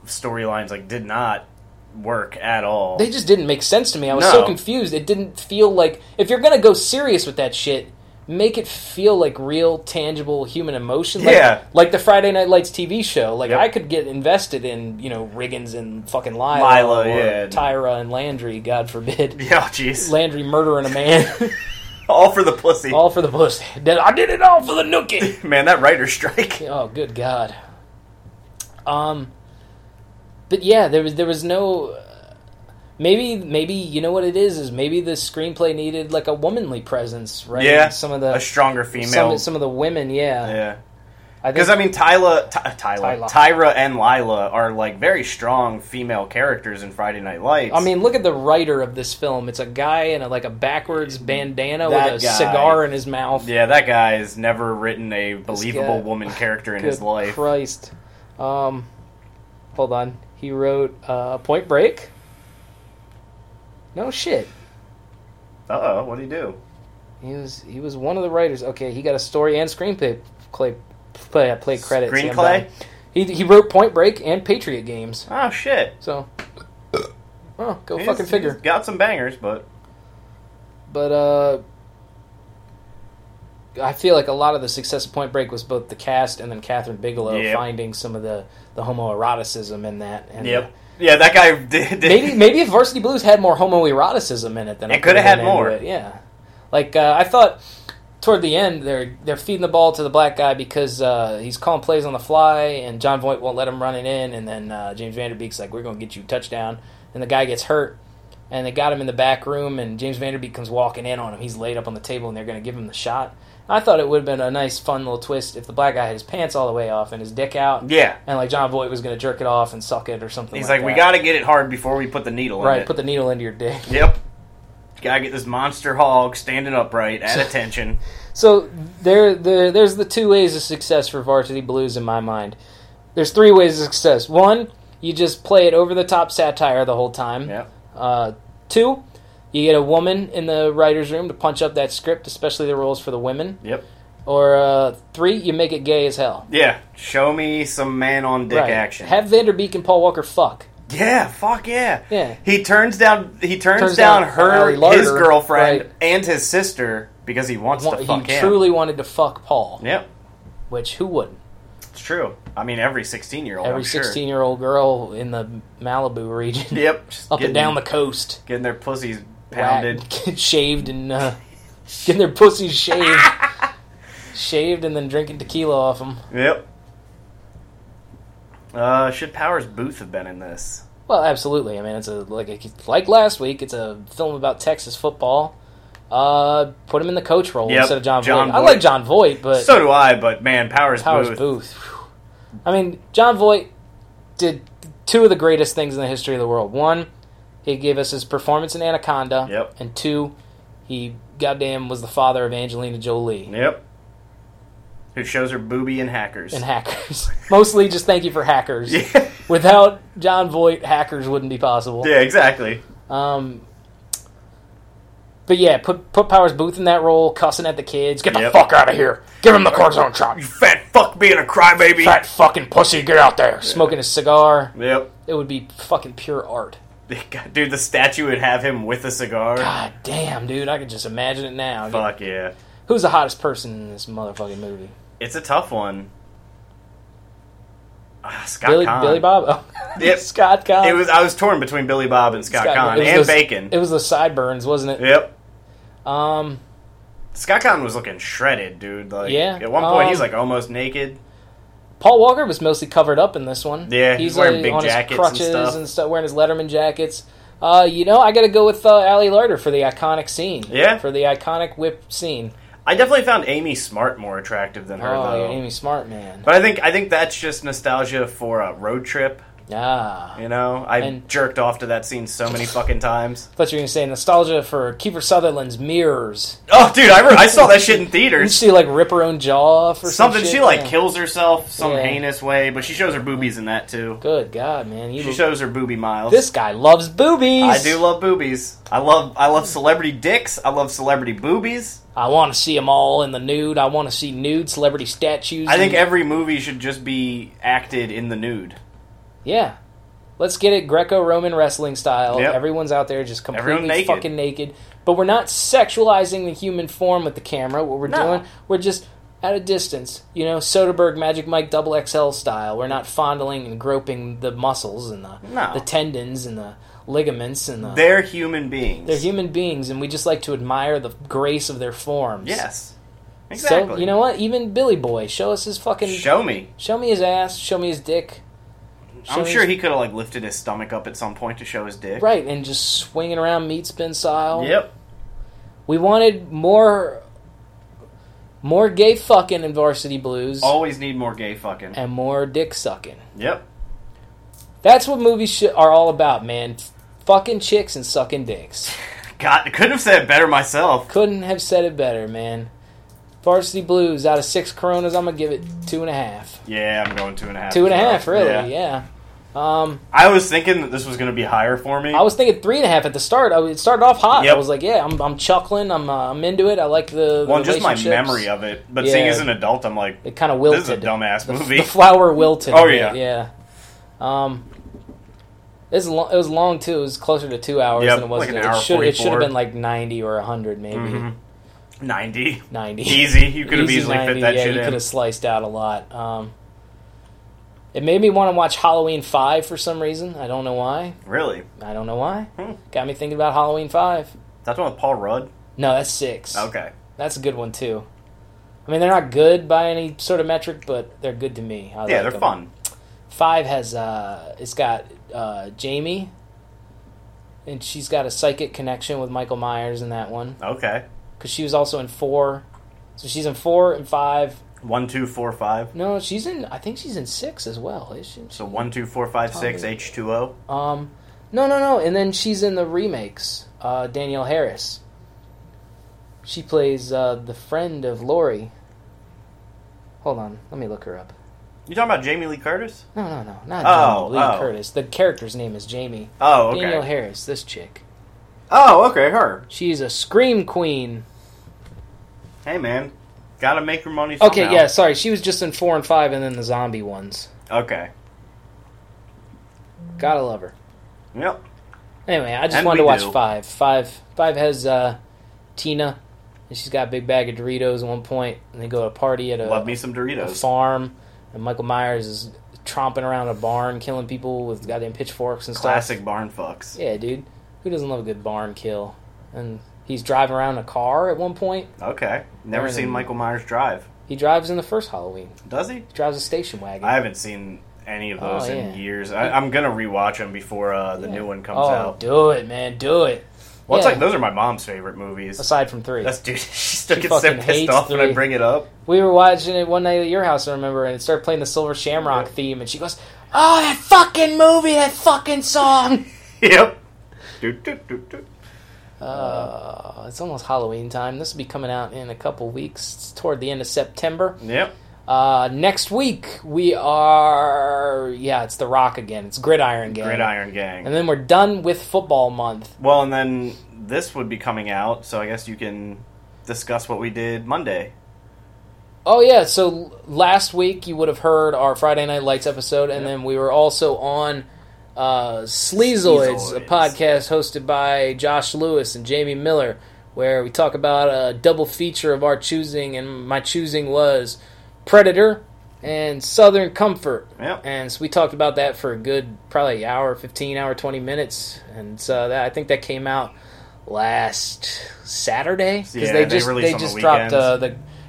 storylines like did not work at all.
They just didn't make sense to me. I was
No.
so confused. It didn't feel like if you're gonna go serious with that shit, make it feel like real, tangible human emotion. Like,
Yeah.
like the Friday Night Lights TV show. Like
Yep.
I could get invested in you know Riggins and fucking Lila,
Lila,
or
yeah.
Tyra and Landry. God forbid.
[LAUGHS]
[LAUGHS]
yeah, jeez.
Landry murdering a
[LAUGHS]
man,
All for the pussy.
all for the pussy. Did- I did it all for the nookie.
Man, that writer strike.
Oh, good God. Um, but yeah, there was there was no. uh, Maybe maybe you know what it is is maybe the screenplay needed like a womanly presence, right?
[LAUGHS] Yeah,
some of
A
the
stronger female.
some, some of the women, yeah.
yeah.
I
Because
think
I mean, Tyla, Ty, Tyla,
Tyla.
Tyra, and Lila are like very strong female characters in Friday Night Lights.
I mean, look at the writer of this film. It's a guy in a, like a backwards bandana
That
with a
guy.
cigar in his mouth.
yeah, that guy has never written a believable
guy-
woman character in
Good
his life.
Christ. Um, hold on. He wrote uh, Point Break. No shit.
Uh oh, what do you do?
He was he was one of the writers. Okay, he got a story and screenplay play play, play credits.
Green
yeah,
Clay?
but He he wrote Point Break and Patriot Games.
Oh shit!
So, oh, go
He's-
fucking
he's
figure.
Got some bangers, but
But uh, I feel like a lot of the success of Point Break was both the cast and then Catherine Bigelow
Yep.
finding some of the the homoeroticism in that. And uh,
Yep. Yeah, that guy [LAUGHS] did. did-
maybe maybe if Varsity Blues had more homoeroticism in it, then I
It coulda
would've
had
been into
more.
it, Yeah, like uh, I thought toward the end they're they're feeding the ball to the black guy because uh, he's calling plays on the fly, and John Voight won't let him run it in, and then uh, James Vanderbeek's like, "We're gonna get you a touchdown," and the guy gets hurt. And they got him in the back room, and James Vanderbeek comes walking in on him. He's laid up on the table, and they're going to give him the shot. I thought it would have been a nice, fun little twist if the black guy had his pants all the way off and his dick out,
Yeah.
and like John Voight was going to jerk it off and suck it or something.
He's like,
that.
we got to get it hard before we put the needle in
Right,
it.
put the needle into your dick. [LAUGHS]
yep. Gotta get this monster hog standing upright at
[LAUGHS]
attention.
So there, there, there's the two ways of success for Varsity Blues in my mind. There's three ways of success. One, You just play it over the top satire the whole time.
Yeah.
Uh, two, you get a woman in the writer's room to punch up that script, especially the roles for the women.
Yep.
Or uh, three, you make it gay as hell.
Yeah. Show me some man on dick
Right.
action.
Have Vanderbeek and Paul Walker fuck.
yeah. Fuck yeah.
Yeah.
He turns down. He turns,
Turns
down,
down
her,
Ally Larder,
his girlfriend,
right.
and his sister because he wants
Wa-
to fuck
he
him.
truly wanted to fuck Paul,
Yep.
which who wouldn't?
It's true. I mean, every sixteen-year-old.
Every
I'm sure.
sixteen-year-old girl in the Malibu
[LAUGHS]
region,
Yep. just
up
getting-
and down the coast,
Getting their pussies pounded.
whacked, shaved, and uh, getting their pussies
[LAUGHS]
shaved, shaved, and then drinking tequila off them.
Yep. Uh, should Powers Booth have been in this?
Well, absolutely. I mean, it's a like a, like last week. It's a film about Texas football. Uh, put him in the coach role
Yep,
instead of John,
John
Voight. I
Voight.
like John Voight, but
so do I, but man, Powers,
Powers
Booth.
Booth. whew. I mean, John Voight did two of the greatest things in the history of the world. One, he gave us his performance in Anaconda,
Yep.
and two, he goddamn was the father of Angelina Jolie
Yep. Who shows her booby in Hackers?
and hackers. [LAUGHS] Mostly, just thank you for hackers.
yeah.
Without John Voight, hackers wouldn't be possible.
[LAUGHS] yeah, exactly.
Um, but yeah, put put Powers Booth in that role, cussing at the kids. Get the
Yep.
fuck out of here. Give him the cortisone shot.
You fat fuck being a crybaby.
Fat fucking pussy, get out there. Smoking a cigar.
Yep. [LAUGHS]
It would be fucking pure art.
God, Dude, the statue would have him with a cigar.
God damn, dude. I can just imagine it now.
Fuck yeah.
Who's the hottest person in this motherfucking movie?
It's a tough one. Ah, Scott
Billy,
Conn.
Billy Bob? Oh. [LAUGHS]
Yep.
Scott Conn.
It was I was torn between Billy Bob and Scott,
Scott
Conn
It was
and
the-
Bacon.
It was the sideburns, wasn't it?
yep.
Um,
Scott Conn was looking shredded, dude. Like
Yeah.
at one point
Um,
he's like almost naked.
Paul Walker was mostly covered up in this one. uh,
Yeah, he's wearing big
on his
jackets and
crutches
stuff.
wearing his Letterman jackets. Uh, you know, I got to go with uh, Ally Larder for the iconic scene.
Yeah.
for the iconic whip scene.
I definitely found Amy Smart more attractive than her
oh,
though.
Amy Smart, man.
But I think I think that's just nostalgia for a road trip.
Ah,
You know, I
And-
jerked off to that scene
[LAUGHS]
so many fucking times.
I thought you were gonna say nostalgia for Kiefer Sutherland's mirrors.
Oh, dude, I, re- I saw that shit in
Didn't
theaters.
she like rip her own jaw off or some
Something
shit?
she like
Yeah.
kills herself some
Yeah.
heinous way, but she shows her boobies in that too.
Good God, man! You
She shows her boobie miles.
this guy loves boobies.
I do love boobies. I love I love celebrity dicks. I love celebrity boobies.
I want to see them all in the nude. I want to see nude celebrity statues.
I think
and-
every movie should just be acted in the nude.
Yeah. Let's get it Greco-Roman wrestling style.
Yep.
Everyone's out there just completely
Everyone naked.
fucking naked. But we're not sexualizing the human form with the camera. What we're
No.
doing, we're just at a distance. You know, Soderbergh Magic Mike Double XL style. We're not fondling and groping the muscles and the
No.
the tendons and the ligaments and the
They're human beings.
they're human beings and we just like to admire the grace of their forms.
Yes. Exactly.
So you know what? Even Billy Boy, show us his fucking
Show me.
show me his ass, show me his dick. show
I'm
me
sure
his
he could have like lifted his stomach up at some point to show his dick.
Right, and just swinging around meat spin style.
Yep.
We wanted more, more gay fucking in Varsity Blues,
Always need more gay fucking.
and more dick sucking.
Yep.
That's what movies sh- are all about, man. Fucking chicks and sucking dicks.
God, couldn't have said it better myself.
Couldn't have said it better, man. Varsity Blues out of six Coronas, I'm gonna give it two and a half.
Yeah, I'm going two and a half.
Two and a
as well.
half, really? Yeah. Um,
I was thinking that this was going to be higher for me.
I was thinking three and a half at the start. I, it started off hot.
Yep.
I was like, yeah, I'm, I'm chuckling. I'm, uh, I'm into it. I like the. the
well, just my
relationships.
memory of it, but seeing
Yeah.
as an adult, I'm like,
It kind of wilted.
this is a
[LAUGHS]
dumbass
The-
movie.
The flower wilted.
Oh,
a bit,
yeah.
yeah. Um, it's lo- it was long too. It was closer to two hours
Yep,
than it was.
like an
it
hour
should it should have
44.
been like ninety or hundred, maybe
Mhm. [LAUGHS] Ninety,
ninety.
easy. You could have
Easy
easily
90,
fit that
yeah,
shit
you could
in.
have sliced out a lot. Um, it made me want to watch Halloween Five for some reason. I don't know why.
Really?
I don't know why.
Hmm.
Got me thinking about Halloween Five.
That's one with Paul Rudd.
No, that's six.
Okay.
That's a good one too. I mean, they're not good by any sort of metric, but they're good to me. I
yeah,
like
they're
them.
fun.
Five has uh, it's got uh, Jamie, and she's got a psychic connection with Michael Myers in that one
Okay.
because she was also in four, so she's in four and five.
One, two, four, five.
No, she's in. I think she's in six as well. Is she?
So one, two, four, five, six.
Tommy.
H two O.
Um, no, no, no. And then she's in the remakes. Uh, Danielle Harris. She plays uh, the friend of Lori. Hold on, let me look her up.
You talking about Jamie Lee Curtis?
No, no, no, not
Oh,
Jamie Lee
oh.
Curtis. The character's name is Jamie.
Oh, okay.
Danielle Harris, this chick.
Oh, okay, her.
She's a scream queen.
Hey, man, gotta make her money. Somehow.
Okay, yeah, sorry. She was just in four and five, and then the zombie ones.
Okay.
Gotta love her.
Yep.
Anyway, I just
And
wanted to
we
watch
do.
five. Five. Five has uh, Tina, and she's got a big bag of Doritos at one point, and they go to a party at a,
Love me some
Uh, a
Doritos.
farm, and Michael Myers is tromping around a barn, killing people with goddamn pitchforks and stuff.
Classic barn fucks.
Yeah, dude. Who doesn't love a good barn kill? And he's driving around in a car at one point.
Okay. Never
Everything.
seen Michael Myers drive.
He drives in the first Halloween.
Does he?
He drives a station wagon.
I haven't seen any of those
Oh, yeah.
in years. I, I'm gonna rewatch them before uh, the
Yeah.
new one comes
oh,
out.
do it, man, do it.
Well, it's
Yeah.
like those are my mom's favorite movies.
Aside from three,
[LAUGHS] That's dude. She still
She
gets so
fucking
pissed
hates
off when I
three.
bring it up. [LAUGHS]
we were watching it one night at your house. I remember, and it started playing the Silver Shamrock theme, and she goes, "Oh, that fucking movie, that fucking
[LAUGHS]
song."
Yep. Do, do, do, do.
Uh, it's almost Halloween time. This will be coming out in a couple weeks, it's toward the end of September.
Yep.
Uh, next week we are, yeah, it's The Rock again. It's Gridiron again.
Gridiron
Uh,
Gang.
And then we're done with football month.
Well, and then this would be coming out, so I guess you can discuss what we did Monday.
Oh yeah, so last week you would have heard our Friday Night Lights episode, and then we were also on uh, Sleazoids, a
Sleazoids.
podcast hosted by Josh Lewis and Jamie Miller, where we talk about a double feature of our choosing, and my choosing was Predator and Southern Comfort.
Yep.
And so we talked about that for a good probably hour, fifteen hour, twenty minutes, and so that I think that came out last Saturday because
Yeah,
they
they
just they,
release on the
just dropped uh,
weekends.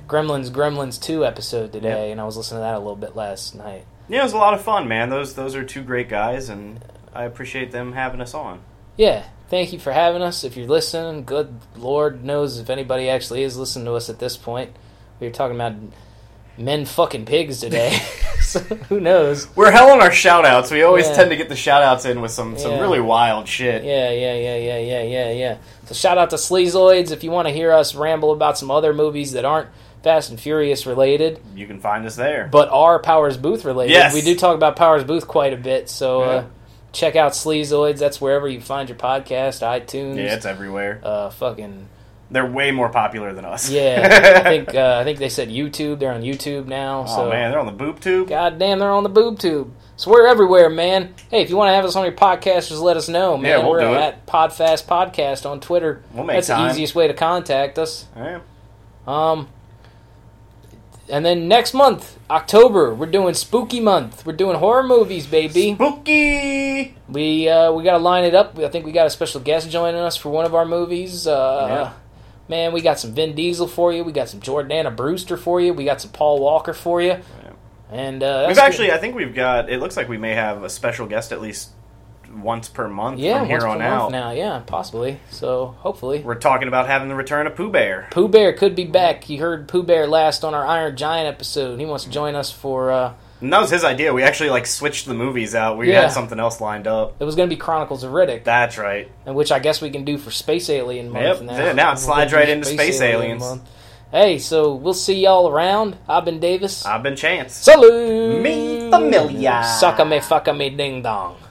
the Gremlins Gremlins two episode today, and I was listening to that a little bit last night.
Yeah, it was a lot of fun, man. Those those are two great guys, and I appreciate them having us on.
Yeah, thank you for having us. If you're listening, good Lord knows if anybody actually is listening to us at this point. We were talking about men fucking pigs
[LAUGHS]
today, [LAUGHS] so who knows?
We're hell on our shout outs. We always
Yeah.
tend to get the shout outs in with some, some
Yeah.
really wild shit.
Yeah, yeah, yeah, yeah, yeah, yeah, yeah. So shout out to Sleazoids if you want to hear us ramble about some other movies that aren't Fast and Furious related,
You can find us there.
but are Powers Booth related.
Yes.
We do talk about Powers Booth quite a bit, so
Yeah.
uh, check out Sleazoids. That's wherever you find your podcast, iTunes.
Yeah, it's everywhere.
uh, fucking
They're way more popular than us. [LAUGHS]
yeah. I think uh, I think they said YouTube. They're on YouTube now.
oh
so
man, they're on the boob tube.
God damn, they're on the boob tube. So we're everywhere, man. Hey, if you want to have us on your podcast, just let us know, man.
Yeah, we'll
we're
do it.
at Podfast Podcast on Twitter.
We'll make
That's
time.
the easiest way to contact us.
Yeah.
Um, and then next month, October, we're doing Spooky Month. We're doing horror movies, baby.
Spooky.
We uh, we got to line it up. I think we got a special guest joining us for one of our movies. Uh,
Yeah.
Man, we got some Vin Diesel for you. We got some Jordana Brewster for you. We got some Paul Walker for you. And uh,
We've
that's
actually, I think we've got. It looks like we may have a special guest at least once per month
yeah,
from here
once per
on
month
out.
now, yeah, possibly. So hopefully,
We're talking about having the return of Pooh Bear.
Pooh Bear could be back. You heard Pooh Bear last on our Iron Giant episode. He wants to join us for. Uh,
And that was his idea. We actually like switched the movies out. We
Yeah.
had something else lined up.
it was going to be Chronicles of Riddick,
That's right.
and which I guess we can do for Space Alien month
Yep,
now.
yeah, now it
We'll
slides
do
right into Space Aliens.
month. Hey, so we'll see y'all around. I've been Davis.
I've been Chance.
Salute!
Uh, Me familia.
Suck me, fuck me, ding dong.